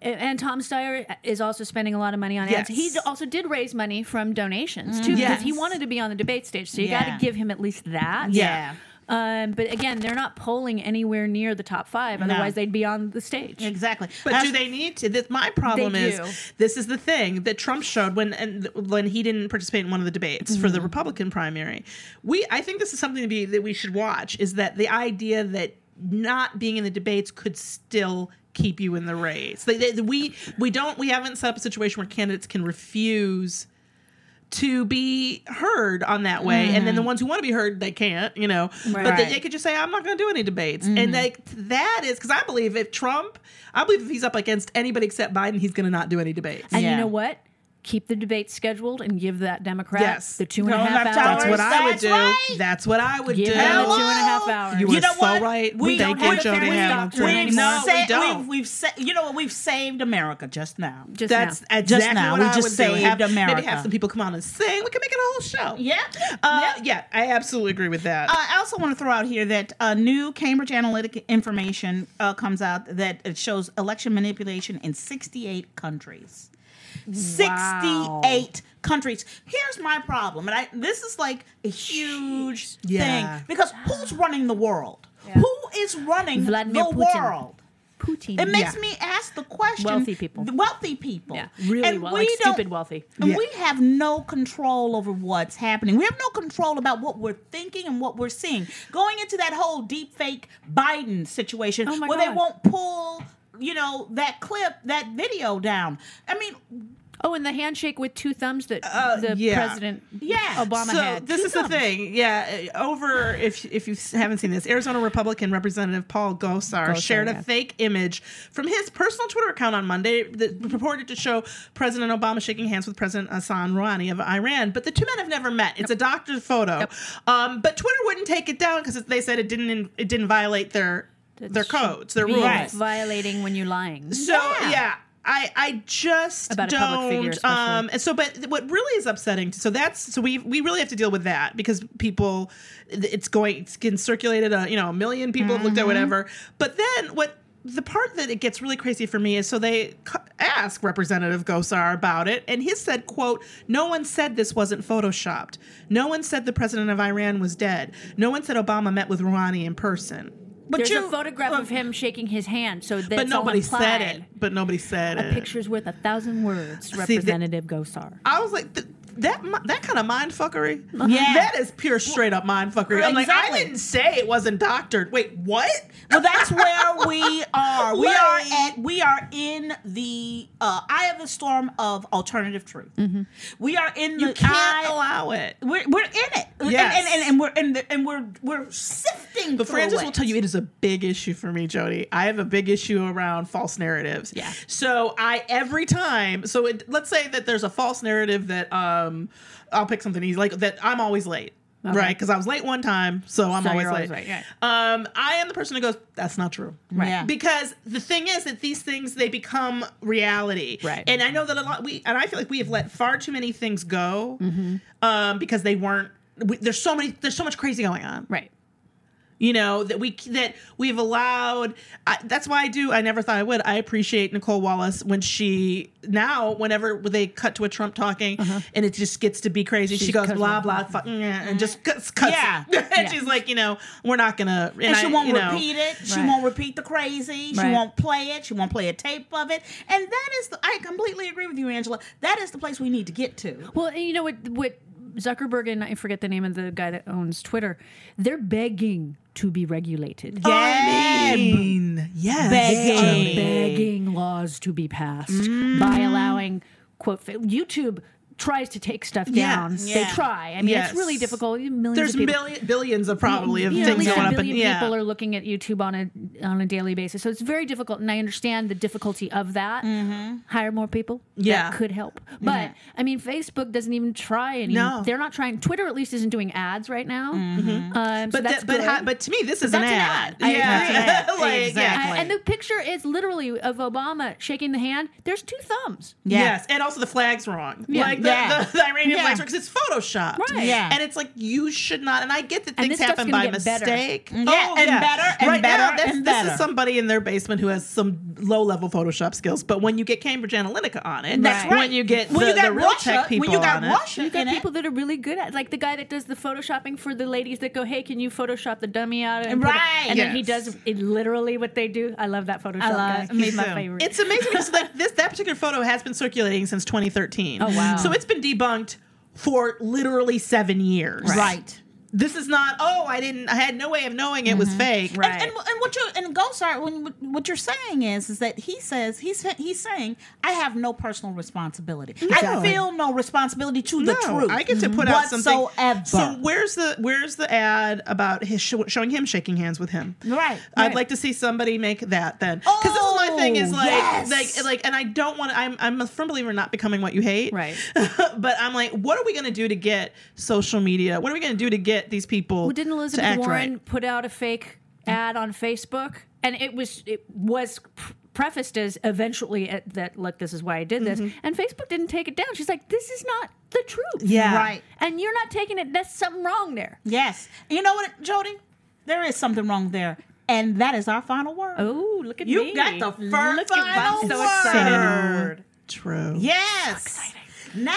[SPEAKER 5] and Tom Steyer is also spending a lot of money on ads.
[SPEAKER 3] Yes.
[SPEAKER 5] He also did raise money from donations too, because
[SPEAKER 3] Yes.
[SPEAKER 5] he wanted to be on the debate stage. So you
[SPEAKER 2] Yeah.
[SPEAKER 5] got to give him at least that.
[SPEAKER 2] Yeah.
[SPEAKER 5] Um, but again, they're not polling anywhere near the top five. Otherwise, they'd be on the stage.
[SPEAKER 2] exactly.
[SPEAKER 3] But
[SPEAKER 2] That's-
[SPEAKER 3] do they need to? This, my problem
[SPEAKER 5] They
[SPEAKER 3] is
[SPEAKER 5] do.
[SPEAKER 3] this is the thing that Trump showed when and th- when he didn't participate in one of the debates for
[SPEAKER 5] Mm-hmm.
[SPEAKER 3] the Republican primary. We I think this is something to be that we should watch is that the idea that not being in the debates could still keep you in the race. They, they, we we don't we haven't set up a situation where candidates can refuse to be heard on that way and then the ones who want to be heard they can't you know but they,
[SPEAKER 5] Mm-hmm. Right.
[SPEAKER 3] they could just say i'm not going to do any debates
[SPEAKER 5] Mm-hmm.
[SPEAKER 3] and like that is because i believe if trump i believe if he's up against anybody except biden he's going to not do any debates
[SPEAKER 5] And
[SPEAKER 2] Yeah.
[SPEAKER 5] you know what? Keep the debate scheduled and give that Democrat
[SPEAKER 3] yes
[SPEAKER 5] the two and a
[SPEAKER 3] Don't
[SPEAKER 5] half
[SPEAKER 3] have
[SPEAKER 5] hours.
[SPEAKER 3] that's what i would
[SPEAKER 2] That's
[SPEAKER 3] do
[SPEAKER 2] right.
[SPEAKER 3] that's what i would
[SPEAKER 5] Give
[SPEAKER 3] do
[SPEAKER 5] them the
[SPEAKER 2] Hello.
[SPEAKER 5] two and a half hours.
[SPEAKER 3] you were
[SPEAKER 2] You know
[SPEAKER 3] so
[SPEAKER 2] what?
[SPEAKER 3] right
[SPEAKER 2] We
[SPEAKER 3] Thank
[SPEAKER 2] don't
[SPEAKER 3] you,
[SPEAKER 2] have a
[SPEAKER 3] Jody
[SPEAKER 5] family
[SPEAKER 3] Hamilton.
[SPEAKER 5] doctor
[SPEAKER 2] We've
[SPEAKER 5] anymore.
[SPEAKER 3] no we
[SPEAKER 2] sa-
[SPEAKER 3] don't
[SPEAKER 2] We've, we've sa- you know what? We've saved America just now.
[SPEAKER 5] Just
[SPEAKER 3] that's
[SPEAKER 5] now.
[SPEAKER 3] exactly
[SPEAKER 2] Just now,
[SPEAKER 3] what
[SPEAKER 2] we
[SPEAKER 3] I
[SPEAKER 2] just
[SPEAKER 3] would do.
[SPEAKER 2] saved
[SPEAKER 3] Have- Maybe
[SPEAKER 2] America.
[SPEAKER 3] have some people come on and sing. We can make it a whole show.
[SPEAKER 2] yeah.
[SPEAKER 3] Uh, yeah, I absolutely agree with that.
[SPEAKER 2] Uh, I also want to throw out here that uh, new Cambridge Analytic information uh, comes out that it shows election manipulation in 68 countries. 68 countries. Here's my problem, and I this is like a huge
[SPEAKER 3] Yeah.
[SPEAKER 2] thing because who's running the world? Who is running
[SPEAKER 5] Vladimir
[SPEAKER 2] the
[SPEAKER 5] Putin.
[SPEAKER 2] world?
[SPEAKER 5] Putin.
[SPEAKER 2] It makes
[SPEAKER 3] Yeah.
[SPEAKER 2] me ask the question:
[SPEAKER 5] Wealthy people.
[SPEAKER 2] the wealthy people,
[SPEAKER 5] yeah, really
[SPEAKER 2] and
[SPEAKER 5] well,
[SPEAKER 2] we
[SPEAKER 5] like
[SPEAKER 2] don't-
[SPEAKER 5] stupid wealthy.
[SPEAKER 2] and
[SPEAKER 3] Yeah.
[SPEAKER 2] we have no control over what's happening. We have no control about what we're thinking and what we're seeing. Going into that whole deep fake Biden situation
[SPEAKER 5] Oh my
[SPEAKER 2] where they
[SPEAKER 5] God.
[SPEAKER 2] won't pull, you know, that clip, that video down. I mean,
[SPEAKER 5] Oh, and the handshake with two thumbs that the
[SPEAKER 3] Uh, yeah.
[SPEAKER 5] president
[SPEAKER 2] Yeah.
[SPEAKER 5] Obama
[SPEAKER 3] so
[SPEAKER 5] had.
[SPEAKER 3] this
[SPEAKER 5] Two
[SPEAKER 3] is the
[SPEAKER 5] thumbs.
[SPEAKER 3] thing yeah uh, over if if you haven't seen this arizona republican representative paul gosar,
[SPEAKER 5] Gosar,
[SPEAKER 3] shared
[SPEAKER 5] yeah.
[SPEAKER 3] a fake image from his personal twitter account on monday that purported to show president obama shaking hands with president hassan rouhani of iran but the two men have never met it's a doctor's photo um, but twitter wouldn't take it down because they said it didn't in, it didn't violate their their codes their
[SPEAKER 5] Being
[SPEAKER 3] rules
[SPEAKER 5] violating when you're lying.
[SPEAKER 3] so
[SPEAKER 2] Yeah.
[SPEAKER 3] yeah. I, I just
[SPEAKER 5] About a public
[SPEAKER 3] don't
[SPEAKER 5] figure especially.
[SPEAKER 3] um and so but th- what really is upsetting so that's so we we really have to deal with that because people it's going it's getting circulated uh, you know a million people have
[SPEAKER 5] Mm-hmm.
[SPEAKER 3] looked at whatever but then what the part that it gets really crazy for me is so they c- ask representative gosar about it and he said quote no one said this wasn't photoshopped no one said the president of iran was dead no one said obama met with rouhani in person uh,
[SPEAKER 2] but
[SPEAKER 5] There's
[SPEAKER 2] you
[SPEAKER 5] a photograph of him shaking his hand, so that's
[SPEAKER 3] but nobody
[SPEAKER 5] all
[SPEAKER 3] said
[SPEAKER 5] implied.
[SPEAKER 3] it but nobody said
[SPEAKER 5] A
[SPEAKER 3] it
[SPEAKER 5] picture's worth a thousand words.
[SPEAKER 3] the-
[SPEAKER 5] Representative Gosar.
[SPEAKER 3] I was like, th- that mi- that kind of mind fuckery.
[SPEAKER 2] Uh-huh. Yeah.
[SPEAKER 3] that is pure straight up mind fuckery. I'm like, I
[SPEAKER 2] Exactly.
[SPEAKER 3] didn't say it wasn't doctored. Wait, what?
[SPEAKER 2] Well, that's where we are. We are
[SPEAKER 3] Like-
[SPEAKER 2] at. We are in the uh, eye of the storm of alternative truth.
[SPEAKER 5] Mm-hmm.
[SPEAKER 2] We are in the
[SPEAKER 3] You can't
[SPEAKER 2] eye.
[SPEAKER 3] allow it.
[SPEAKER 2] we're, we're in it, And-
[SPEAKER 3] Yes.
[SPEAKER 2] and, and, and we're and, the- and we're we're sifting.
[SPEAKER 3] But
[SPEAKER 2] through
[SPEAKER 3] Francis
[SPEAKER 2] it.
[SPEAKER 3] will tell you it is a big issue for me, Jody. I have a big issue around false narratives.
[SPEAKER 5] Yeah.
[SPEAKER 3] So I every time. So it, let's say that there's a false narrative that um, I'll pick something easy like that. I'm always late. Right? 'Cause Right, because I was late one time, so I'm
[SPEAKER 5] So
[SPEAKER 3] always
[SPEAKER 5] you're always
[SPEAKER 3] late.
[SPEAKER 5] late,
[SPEAKER 3] Um, I am the person who goes, "That's not true,"
[SPEAKER 2] Right. Yeah.
[SPEAKER 3] Because the thing is that these things they become reality,
[SPEAKER 5] Right.
[SPEAKER 3] And I know that a lot we and I feel like we have let far too many things
[SPEAKER 5] Mm-hmm.
[SPEAKER 3] go um, because they weren't. We, there's so many. There's so much crazy going on
[SPEAKER 5] Right.
[SPEAKER 3] You know that we that we've allowed. I, that's why I do. I never thought I would. I appreciate Nicole Wallace when she now whenever they cut to a Trump talking and it just gets to be crazy. she goes blah blah fuck, mm, and just cuts. cuts
[SPEAKER 2] Yeah.
[SPEAKER 3] it. and she's like, you know, we're not gonna. And,
[SPEAKER 2] And
[SPEAKER 3] I-
[SPEAKER 2] she won't
[SPEAKER 3] you know,
[SPEAKER 2] repeat it. She
[SPEAKER 5] Right.
[SPEAKER 2] won't repeat the crazy. She
[SPEAKER 5] Right.
[SPEAKER 2] won't play it. She won't play a tape of it. And that is the. I completely agree with you, Angela. That is the place we need to get to.
[SPEAKER 5] Well, and you know what? What Zuckerberg and I forget the name of the guy that owns Twitter. They're begging to be regulated.
[SPEAKER 3] I mean, yes,
[SPEAKER 5] They are
[SPEAKER 2] Begging.
[SPEAKER 5] begging laws to be passed
[SPEAKER 3] Mm.
[SPEAKER 5] by allowing quote fa- YouTube tries to take stuff
[SPEAKER 3] Yeah.
[SPEAKER 5] down.
[SPEAKER 2] Yeah.
[SPEAKER 5] They try. I mean,
[SPEAKER 3] Yes.
[SPEAKER 5] it's really difficult. Millions
[SPEAKER 3] There's
[SPEAKER 5] of people.
[SPEAKER 3] billion, billions of probably of
[SPEAKER 5] you know, at
[SPEAKER 3] things
[SPEAKER 5] least
[SPEAKER 3] going
[SPEAKER 5] a
[SPEAKER 3] up, and
[SPEAKER 5] billion
[SPEAKER 3] yeah,
[SPEAKER 5] people are looking at YouTube on a on a daily basis. So it's very difficult, and I understand the difficulty of that. Hire more people.
[SPEAKER 3] Mm-hmm. Yeah. Mm-hmm.
[SPEAKER 5] that could help. But I mean, Facebook doesn't even try any.
[SPEAKER 3] No. Mm-hmm.
[SPEAKER 5] they're not trying. Twitter at least isn't doing ads right now. Um, so
[SPEAKER 3] but
[SPEAKER 5] that's
[SPEAKER 3] that, but
[SPEAKER 5] good.
[SPEAKER 3] ha, but to me, this is an
[SPEAKER 5] that's an
[SPEAKER 3] ad.
[SPEAKER 5] ad. I agree.
[SPEAKER 2] That's
[SPEAKER 3] Yeah,
[SPEAKER 2] an ad.
[SPEAKER 3] like,
[SPEAKER 2] Exactly.
[SPEAKER 3] yeah.
[SPEAKER 5] I- and the picture is literally of Obama shaking the hand. There's two thumbs.
[SPEAKER 2] Yeah.
[SPEAKER 3] Yes, and also the flag's wrong.
[SPEAKER 5] Yeah.
[SPEAKER 3] Like the,
[SPEAKER 2] Yeah.
[SPEAKER 3] the, the Iranian
[SPEAKER 2] Yeah.
[SPEAKER 3] flag's wrong because it's photoshopped.
[SPEAKER 5] Right.
[SPEAKER 2] Yeah.
[SPEAKER 3] And it's like you should not. And I get that
[SPEAKER 5] And this
[SPEAKER 3] things
[SPEAKER 5] stuff's
[SPEAKER 3] happen
[SPEAKER 5] gonna
[SPEAKER 3] by
[SPEAKER 5] get better.
[SPEAKER 3] mistake.
[SPEAKER 2] Mm-hmm.
[SPEAKER 3] Oh,
[SPEAKER 2] Yeah, and better and
[SPEAKER 3] right
[SPEAKER 2] better
[SPEAKER 3] now, that's-
[SPEAKER 2] and
[SPEAKER 3] This
[SPEAKER 2] better.
[SPEAKER 3] is somebody in their basement who has some low level Photoshop skills. But when you get Cambridge Analytica on it,
[SPEAKER 5] That's
[SPEAKER 2] right.
[SPEAKER 3] When you get
[SPEAKER 2] When
[SPEAKER 3] the,
[SPEAKER 2] you got
[SPEAKER 3] the real
[SPEAKER 2] Russia-
[SPEAKER 3] tech people
[SPEAKER 2] when you got
[SPEAKER 3] on it,
[SPEAKER 2] Russia
[SPEAKER 5] You got
[SPEAKER 2] in it.
[SPEAKER 5] people that are really good at, like the guy that does the photoshopping for the ladies that go, "Hey, can you photoshop the dummy out?" And put it-"
[SPEAKER 2] Right.
[SPEAKER 5] and then he
[SPEAKER 3] Yes.
[SPEAKER 5] does it literally what they do. I love that Photoshop.
[SPEAKER 2] I love-
[SPEAKER 5] guy.
[SPEAKER 2] me
[SPEAKER 5] He's my
[SPEAKER 2] too.
[SPEAKER 5] favorite.
[SPEAKER 3] It's amazing because like this that particular photo has been circulating since 2013.
[SPEAKER 5] Oh, wow.
[SPEAKER 3] So it's been debunked for literally seven years.
[SPEAKER 2] Right.
[SPEAKER 3] This is not. Oh, I didn't. I had no way of knowing it was fake.
[SPEAKER 5] Right.
[SPEAKER 2] And, and, and what you're and Gosar, when what you're saying is is that he says he's he's saying I have no personal responsibility. I feel no responsibility to the
[SPEAKER 3] No,
[SPEAKER 2] truth.
[SPEAKER 3] I get to put out something.
[SPEAKER 2] whatsoever.
[SPEAKER 3] So where's the where's the ad about his show, showing him shaking hands with him?
[SPEAKER 2] Right,
[SPEAKER 3] I'd
[SPEAKER 5] right.
[SPEAKER 3] like to see somebody make that then, because this is my thing. Is
[SPEAKER 2] Oh,
[SPEAKER 3] like
[SPEAKER 2] yes.
[SPEAKER 3] like like, and I don't want. I'm I'm a firm believer in not becoming what you hate.
[SPEAKER 5] Right.
[SPEAKER 3] but I'm like, what are we going to do to get social media? What are we going to do to get these people?
[SPEAKER 5] Well, didn't
[SPEAKER 3] to
[SPEAKER 5] Elizabeth
[SPEAKER 3] act
[SPEAKER 5] Warren
[SPEAKER 3] Right?
[SPEAKER 5] put out a fake ad on Facebook, and it was it was pr- prefaced as eventually at that look, this is why I did this,
[SPEAKER 2] Mm-hmm.
[SPEAKER 5] and Facebook didn't take it down. She's like, "This is not the truth."
[SPEAKER 3] Yeah.
[SPEAKER 2] Right.
[SPEAKER 5] and you're not taking it. That's something wrong there.
[SPEAKER 2] Yes. And you know what, Jody? There is something wrong there. And that is our final word.
[SPEAKER 5] Oh, look at
[SPEAKER 2] You
[SPEAKER 5] me!
[SPEAKER 2] got the fir-
[SPEAKER 5] Look at-
[SPEAKER 2] final
[SPEAKER 5] I'm so
[SPEAKER 2] word.
[SPEAKER 5] excited.
[SPEAKER 3] True.
[SPEAKER 2] Yes. Now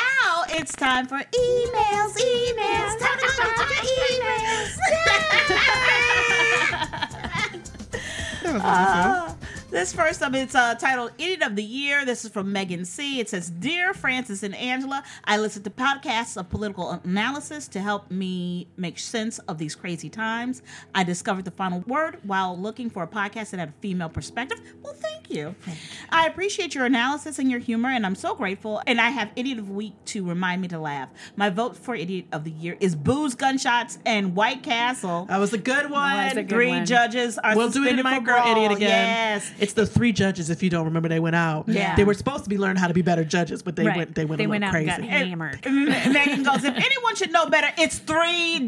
[SPEAKER 2] it's time for emails, emails, time to go to the emails. Uh, this first up, it's uh, titled Idiot of the Year. This is from Megan C. It says, Dear Francis and Angela, I listen to podcasts of political analysis to help me make sense of these crazy times. I discovered the final word while looking for a podcast that had a female perspective. Well, thank you. I appreciate your analysis and your humor, and I'm so grateful. And I have Idiot of the Week to remind me to laugh. My vote for Idiot of the Year is Booze, Gunshots, and White Castle.
[SPEAKER 3] That was a good one.
[SPEAKER 5] was a good
[SPEAKER 2] Three
[SPEAKER 5] one.
[SPEAKER 2] judges are
[SPEAKER 3] We'll do it
[SPEAKER 2] suspended
[SPEAKER 3] in my
[SPEAKER 2] for
[SPEAKER 3] girl
[SPEAKER 2] brawl.
[SPEAKER 3] idiot again.
[SPEAKER 2] Yes.
[SPEAKER 3] it's those three judges. If you don't remember, they went out.
[SPEAKER 5] Yeah.
[SPEAKER 3] they were supposed to be learned how to be better judges, but they
[SPEAKER 5] Right.
[SPEAKER 3] went. They went. a little
[SPEAKER 5] out
[SPEAKER 3] crazy.
[SPEAKER 5] and got hammered.
[SPEAKER 3] Mm-hmm.
[SPEAKER 2] Megan goes, if anyone should know better, it's three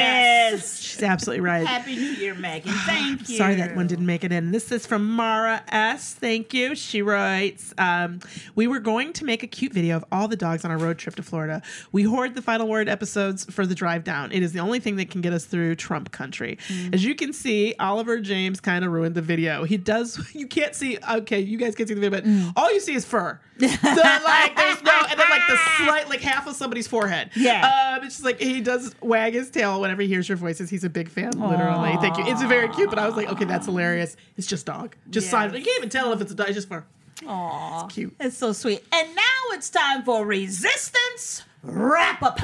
[SPEAKER 2] judges.
[SPEAKER 3] She's absolutely right.
[SPEAKER 2] Happy New Year, Megan. Thank you.
[SPEAKER 3] Sorry that one didn't make it in. This is from Mara S. Thank you. She writes, um, "We were going to make a cute video of all the dogs on our road trip to Florida. We hoard the final word episodes for the drive down. It is the only thing that can get us through Trump country.
[SPEAKER 2] Mm.
[SPEAKER 3] As you can see, Oliver James kind of ruined the video. He does. You can't see. Okay, you guys can see the video, but
[SPEAKER 2] Mm.
[SPEAKER 3] all you see is fur. So like, there's no, and then like the slight, like half of somebody's forehead.
[SPEAKER 2] Yeah.
[SPEAKER 3] Um, it's just like he does wag his tail whenever he hears your voices. He's a big fan, literally. Thank you. It's very cute, but I was like, okay, that's hilarious. It's just dog. Just sign. You can't even tell if it's a dog. It's just fur. Aww. It's cute.
[SPEAKER 2] It's so sweet. And now it's time for resistance wrap up.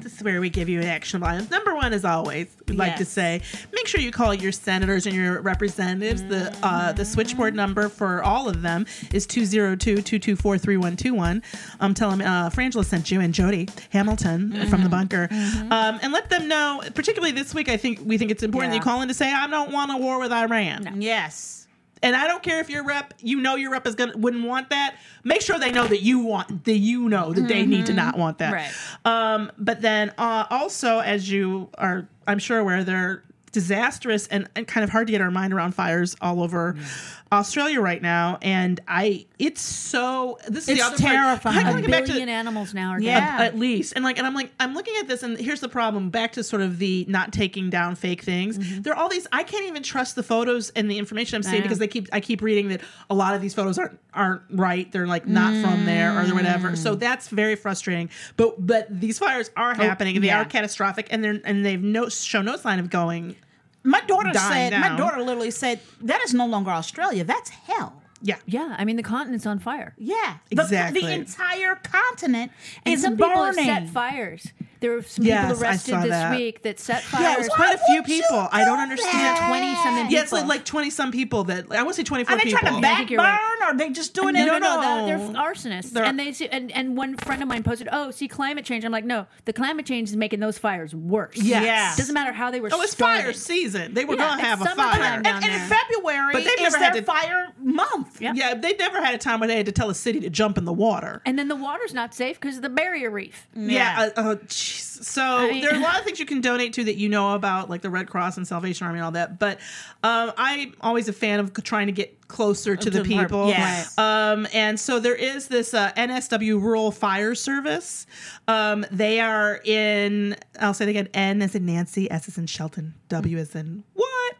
[SPEAKER 3] This is where we give you actionable items. Number one, as always, we'd like to
[SPEAKER 2] Yes.
[SPEAKER 3] say, make sure you call your senators and your representatives. The uh, the switchboard number for all of them is 202-224-3121. Um, tell them uh, Frangela sent you and Jody Hamilton from
[SPEAKER 2] Mm-hmm.
[SPEAKER 3] the bunker. Um, and let them know, particularly this week, I think we think it's important
[SPEAKER 2] Yeah.
[SPEAKER 3] you call in to say, I don't want a war with Iran.
[SPEAKER 2] Yes.
[SPEAKER 3] And I don't care if your rep, you know your rep is gonna wouldn't want that. Make sure they know that you want that you know that they need to
[SPEAKER 2] Mm-hmm.
[SPEAKER 3] not want that.
[SPEAKER 5] Right.
[SPEAKER 3] Um, but then uh, also, as you are, I'm sure aware, they're disastrous and, and kind of hard to get our mind around fires all over Australia right now, and I it's so this is
[SPEAKER 2] It's
[SPEAKER 3] the other part.
[SPEAKER 2] terrifying.
[SPEAKER 3] I'm
[SPEAKER 2] A
[SPEAKER 3] gonna
[SPEAKER 5] a
[SPEAKER 3] get back to
[SPEAKER 5] billion animals now are
[SPEAKER 2] Yeah.
[SPEAKER 5] dead.
[SPEAKER 3] at least and like and i'm like i'm looking at this and here's the problem back to sort of the not taking down fake things
[SPEAKER 2] Mm-hmm.
[SPEAKER 3] there are all these i can't even trust the photos and the information i'm seeing because they keep i keep reading that a lot of these photos aren't aren't right they're like not from there or whatever
[SPEAKER 2] Mm.
[SPEAKER 3] so that's very frustrating but but these fires
[SPEAKER 2] Oh,
[SPEAKER 3] are happening and they
[SPEAKER 5] yeah.
[SPEAKER 3] are catastrophic and they're and they've no show no sign of going
[SPEAKER 2] My daughter
[SPEAKER 3] Dying
[SPEAKER 2] said, my
[SPEAKER 3] down.
[SPEAKER 2] daughter literally said, that is no longer Australia. That's hell.
[SPEAKER 3] yeah
[SPEAKER 5] Yeah, I mean the continent's on fire.
[SPEAKER 2] Yeah. The- The,
[SPEAKER 3] Exactly.
[SPEAKER 2] entire continent
[SPEAKER 5] And
[SPEAKER 2] is
[SPEAKER 5] some
[SPEAKER 2] burning.
[SPEAKER 5] people have set fires. There were some
[SPEAKER 3] Yes, I
[SPEAKER 5] people arrested
[SPEAKER 3] saw
[SPEAKER 5] this
[SPEAKER 3] that.
[SPEAKER 5] week that set
[SPEAKER 3] yeah it
[SPEAKER 5] fires.
[SPEAKER 3] was quite a few
[SPEAKER 2] would you
[SPEAKER 3] people i don't
[SPEAKER 2] do
[SPEAKER 3] understand
[SPEAKER 2] that?
[SPEAKER 5] 20 something
[SPEAKER 3] yeah it's like
[SPEAKER 5] people.
[SPEAKER 3] like 20 some people that i want to say 24
[SPEAKER 2] Are they
[SPEAKER 3] people
[SPEAKER 2] trying to
[SPEAKER 5] Yeah, I
[SPEAKER 2] back
[SPEAKER 5] think
[SPEAKER 2] burn
[SPEAKER 5] you're right.
[SPEAKER 2] or are they just doing it?
[SPEAKER 5] no, no,
[SPEAKER 3] No,
[SPEAKER 5] no,
[SPEAKER 3] no.
[SPEAKER 5] They're, they're arsonists,
[SPEAKER 3] They're-
[SPEAKER 5] and they see, and, and one friend of mine posted, "Oh, see climate change." I'm like, "No, the climate change is making those fires worse.
[SPEAKER 3] Yes.
[SPEAKER 2] Yeah.
[SPEAKER 5] doesn't matter how they were.
[SPEAKER 3] Oh, it's
[SPEAKER 5] started.
[SPEAKER 3] fire season. They were
[SPEAKER 5] Yeah,
[SPEAKER 3] gonna have a
[SPEAKER 5] it's
[SPEAKER 3] fire.
[SPEAKER 5] summertime
[SPEAKER 2] And,
[SPEAKER 5] down
[SPEAKER 2] and in
[SPEAKER 5] there.
[SPEAKER 2] February
[SPEAKER 3] But they've
[SPEAKER 2] is
[SPEAKER 3] never
[SPEAKER 2] their
[SPEAKER 3] had to-
[SPEAKER 2] fire month.
[SPEAKER 5] Yeah.
[SPEAKER 3] Yeah, they've never had a time where they had to tell a city to jump in the water.
[SPEAKER 5] And then the water's not safe because of the barrier reef.
[SPEAKER 3] Yeah. uh, oh, jeez. so
[SPEAKER 5] mean-
[SPEAKER 3] there are a lot of things you can donate to that you know about, like the Red Cross and Salvation Army and all that. But um, I'm always a fan of trying to get closer to the
[SPEAKER 2] the part-
[SPEAKER 3] people.
[SPEAKER 2] yes.
[SPEAKER 3] Um, and so there is this uh, NSW Rural Fire Service. Um, they are in, I'll say it again, N as in Nancy, S as in Shelton, W as in what?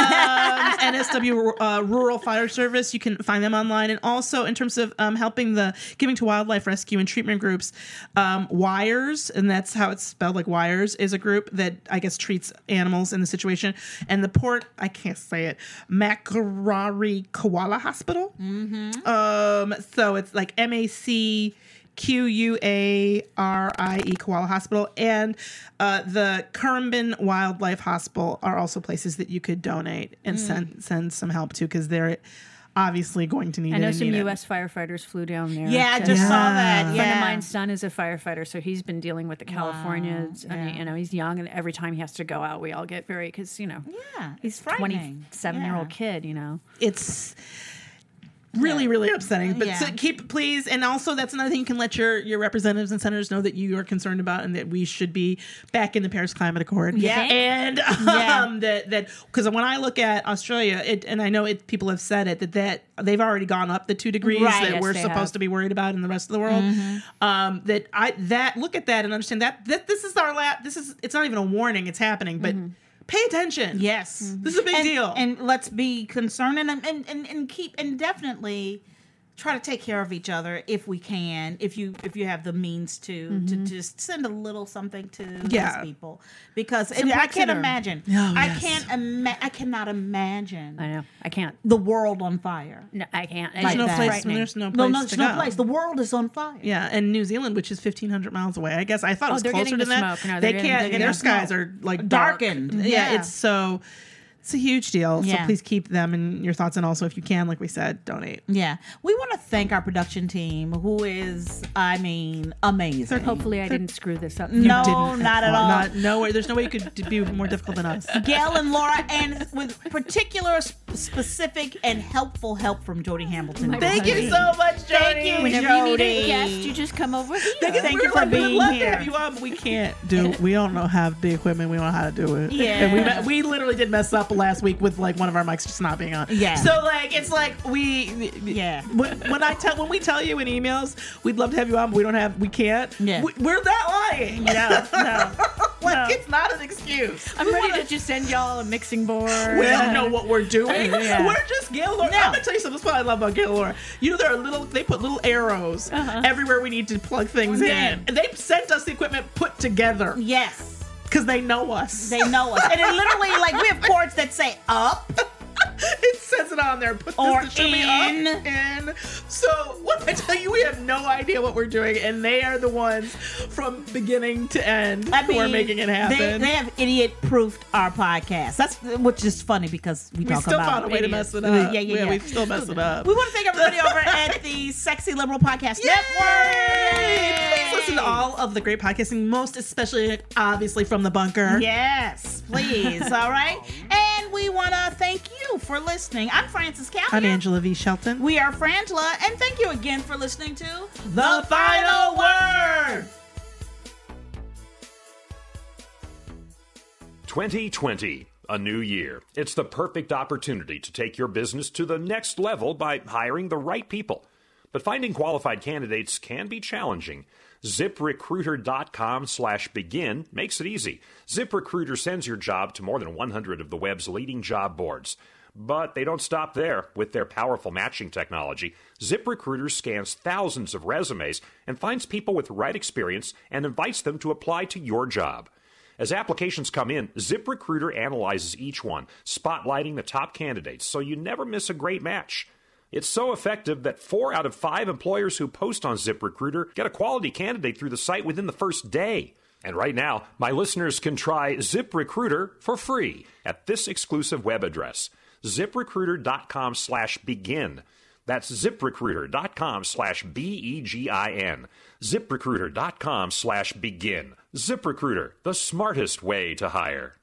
[SPEAKER 3] um, NSW uh, Rural Fire Service. You can find them online. And also, in terms of um, helping the giving to wildlife rescue and treatment groups, um, Wires, and that's how it's spelled like Wires, is a group that I guess treats animals in the situation. And the port, I can't say it, Makarari Koala Hospital. Um, so it's like M A C Q U A R I E Koala Hospital and uh, the Currumbin Wildlife Hospital are also places that you could donate
[SPEAKER 5] Mm.
[SPEAKER 3] and send send some help to because they're obviously going to need.
[SPEAKER 5] I
[SPEAKER 3] it
[SPEAKER 5] know
[SPEAKER 3] and
[SPEAKER 5] some
[SPEAKER 3] need it.
[SPEAKER 5] U.S. firefighters flew down there.
[SPEAKER 2] Yeah, I
[SPEAKER 5] to-
[SPEAKER 2] just saw
[SPEAKER 3] Ah.
[SPEAKER 2] that.
[SPEAKER 5] friend
[SPEAKER 2] Yeah.
[SPEAKER 5] of mine's son is a firefighter, so he's been dealing with the California. I mean, you know, he's young, and every time he has to go out, we all get very because you know,
[SPEAKER 2] Yeah,
[SPEAKER 5] he's
[SPEAKER 2] it's frightening.
[SPEAKER 5] twenty-seven year old
[SPEAKER 2] Yeah.
[SPEAKER 5] kid. You know,
[SPEAKER 3] It's really really upsetting but
[SPEAKER 2] Yeah.
[SPEAKER 3] so keep please and also that's another thing you can let your your representatives and senators know that you are concerned about and that we should be back in the paris climate accord
[SPEAKER 2] Yeah.
[SPEAKER 3] and um,
[SPEAKER 2] Yeah.
[SPEAKER 3] that that because when i look at australia it, and i know it people have said it that that they've already gone up the two degrees
[SPEAKER 2] Right.
[SPEAKER 3] that
[SPEAKER 5] Yes,
[SPEAKER 3] we're
[SPEAKER 5] they
[SPEAKER 3] supposed
[SPEAKER 5] have.
[SPEAKER 3] to be worried about in the rest of the world
[SPEAKER 2] Mm-hmm.
[SPEAKER 3] um that i that look at that and understand that, that this is our lap this is it's not even a warning it's happening but pay attention
[SPEAKER 2] Yes.
[SPEAKER 3] this is a big
[SPEAKER 2] Mm-hmm. and,
[SPEAKER 3] deal
[SPEAKER 2] And let's be concerned and, and, and, and keep and definitely try to take care of each other if we can, if you if you have the means to to just send a little something to
[SPEAKER 3] Yeah.
[SPEAKER 2] these people. Because and I can't
[SPEAKER 5] Simplex-iter.
[SPEAKER 2] imagine.
[SPEAKER 3] Oh,
[SPEAKER 2] I
[SPEAKER 3] yes.
[SPEAKER 2] can't ima- I cannot imagine
[SPEAKER 5] I know, I can't,
[SPEAKER 2] the world on fire.
[SPEAKER 5] no, I can't.
[SPEAKER 3] there's,
[SPEAKER 5] It's
[SPEAKER 3] no
[SPEAKER 2] that.
[SPEAKER 3] place,
[SPEAKER 5] frightening.
[SPEAKER 3] there's no place
[SPEAKER 2] No, no,
[SPEAKER 3] to
[SPEAKER 2] there's no
[SPEAKER 3] go.
[SPEAKER 2] place. The world is on fire.
[SPEAKER 3] Yeah, and New Zealand, which is fifteen hundred miles away, I guess I thought it
[SPEAKER 5] Oh,
[SPEAKER 3] was
[SPEAKER 5] they're
[SPEAKER 3] closer
[SPEAKER 5] getting
[SPEAKER 3] to
[SPEAKER 5] the
[SPEAKER 3] that.
[SPEAKER 5] smoke. No, they're
[SPEAKER 3] they
[SPEAKER 5] getting-
[SPEAKER 3] can't.
[SPEAKER 5] they're getting
[SPEAKER 3] their
[SPEAKER 5] the
[SPEAKER 3] skies
[SPEAKER 2] smoke.
[SPEAKER 3] are like dark.
[SPEAKER 2] Darkened.
[SPEAKER 3] Yeah,
[SPEAKER 2] Yeah.
[SPEAKER 3] it's so it's a huge deal. So
[SPEAKER 2] Yeah.
[SPEAKER 3] please keep them in your thoughts, and also if you can, like we said, donate.
[SPEAKER 2] Yeah. We want to thank our production team who is, I mean, amazing.
[SPEAKER 5] Hopefully, I didn't screw this up.
[SPEAKER 2] No,
[SPEAKER 3] Didn't-
[SPEAKER 2] not at all.
[SPEAKER 3] Not nowhere. There's no way you could d- be more difficult than us.
[SPEAKER 2] Gail and Laura, and with particular, sp- specific, and helpful help from Jody Hamilton.
[SPEAKER 3] Thank you so much, Jody.
[SPEAKER 2] Thank you,
[SPEAKER 5] Whenever
[SPEAKER 2] Jody.
[SPEAKER 5] you need a guest, you just come over here.
[SPEAKER 2] Thank you
[SPEAKER 3] We're
[SPEAKER 2] for
[SPEAKER 3] like, we'd
[SPEAKER 2] being
[SPEAKER 3] love
[SPEAKER 2] here.
[SPEAKER 3] To have you on, but we can't do. We don't know how to do equipment. We don't know how to do it.
[SPEAKER 2] Yeah.
[SPEAKER 3] and we me- we literally did mess up last week with like one of our mics just not being on.
[SPEAKER 2] Yeah.
[SPEAKER 3] So like it's like we
[SPEAKER 2] Yeah.
[SPEAKER 3] When, when I tell when we tell you in emails we'd love to have you on, but we don't have we can't.
[SPEAKER 2] Yeah.
[SPEAKER 3] We, we're not lying.
[SPEAKER 2] No, no.
[SPEAKER 3] like it's not an excuse.
[SPEAKER 5] I'm ready to just send y'all a mixing board.
[SPEAKER 3] We don't know what we're doing.
[SPEAKER 2] Yeah.
[SPEAKER 3] We're just Gaylord. Laura.
[SPEAKER 2] No.
[SPEAKER 3] I'm gonna tell you something. That's what I love about Gaylord. You know, there are little. They put little arrows everywhere we need to plug things
[SPEAKER 2] Uh-huh. Yeah.
[SPEAKER 3] in. They sent us the equipment put together
[SPEAKER 2] Yes,
[SPEAKER 3] because they know us.
[SPEAKER 2] they know us, and it literally like we have cords that say up.
[SPEAKER 3] it says it on there. Put
[SPEAKER 2] Or
[SPEAKER 3] this to me
[SPEAKER 2] in.
[SPEAKER 3] up in. So what I tell you, we have no idea what we're doing, and they are the ones from beginning to end
[SPEAKER 2] I
[SPEAKER 3] who are
[SPEAKER 2] mean,
[SPEAKER 3] making it
[SPEAKER 2] They,
[SPEAKER 3] happen.
[SPEAKER 2] they have idiot-proofed our podcast. That's which is funny because we,
[SPEAKER 3] we
[SPEAKER 2] talk
[SPEAKER 3] still
[SPEAKER 2] about
[SPEAKER 3] found a way to
[SPEAKER 2] idiots.
[SPEAKER 3] mess it up.
[SPEAKER 2] Yeah, yeah, yeah.
[SPEAKER 3] We still mess it up.
[SPEAKER 2] We want to thank everybody over at the Sexy Liberal Podcast Network.
[SPEAKER 3] Yay! Please listen to all of the great podcasting, most especially, obviously, from the bunker.
[SPEAKER 2] Yes, please. all right. And we want to thank you for listening. I'm Frances Callion.
[SPEAKER 3] I'm Angela V. Shelton.
[SPEAKER 2] We are Frangela. And thank you again for listening to
[SPEAKER 3] the final word.
[SPEAKER 1] 2020, a new year. It's the perfect opportunity to take your business to the next level by hiring the right people. But finding qualified candidates can be challenging. ZipRecruiter.com slash begin makes it easy. ZipRecruiter sends your job to more than 100 of the web's leading job boards. But they don't stop there. With their powerful matching technology, ZipRecruiter scans thousands of resumes and finds people with the right experience and invites them to apply to your job. As applications come in, ZipRecruiter analyzes each one, spotlighting the top candidates so you never miss a great match. It's so effective that four out of five employers who post on ZipRecruiter get a quality candidate through the site within the first day. And right now, my listeners can try ZipRecruiter for free at this exclusive web address, ziprecruiter.com slash begin. That's ziprecruiter.com slash B E G I N. ZipRecruiter.com slash begin. ZipRecruiter, the smartest way to hire.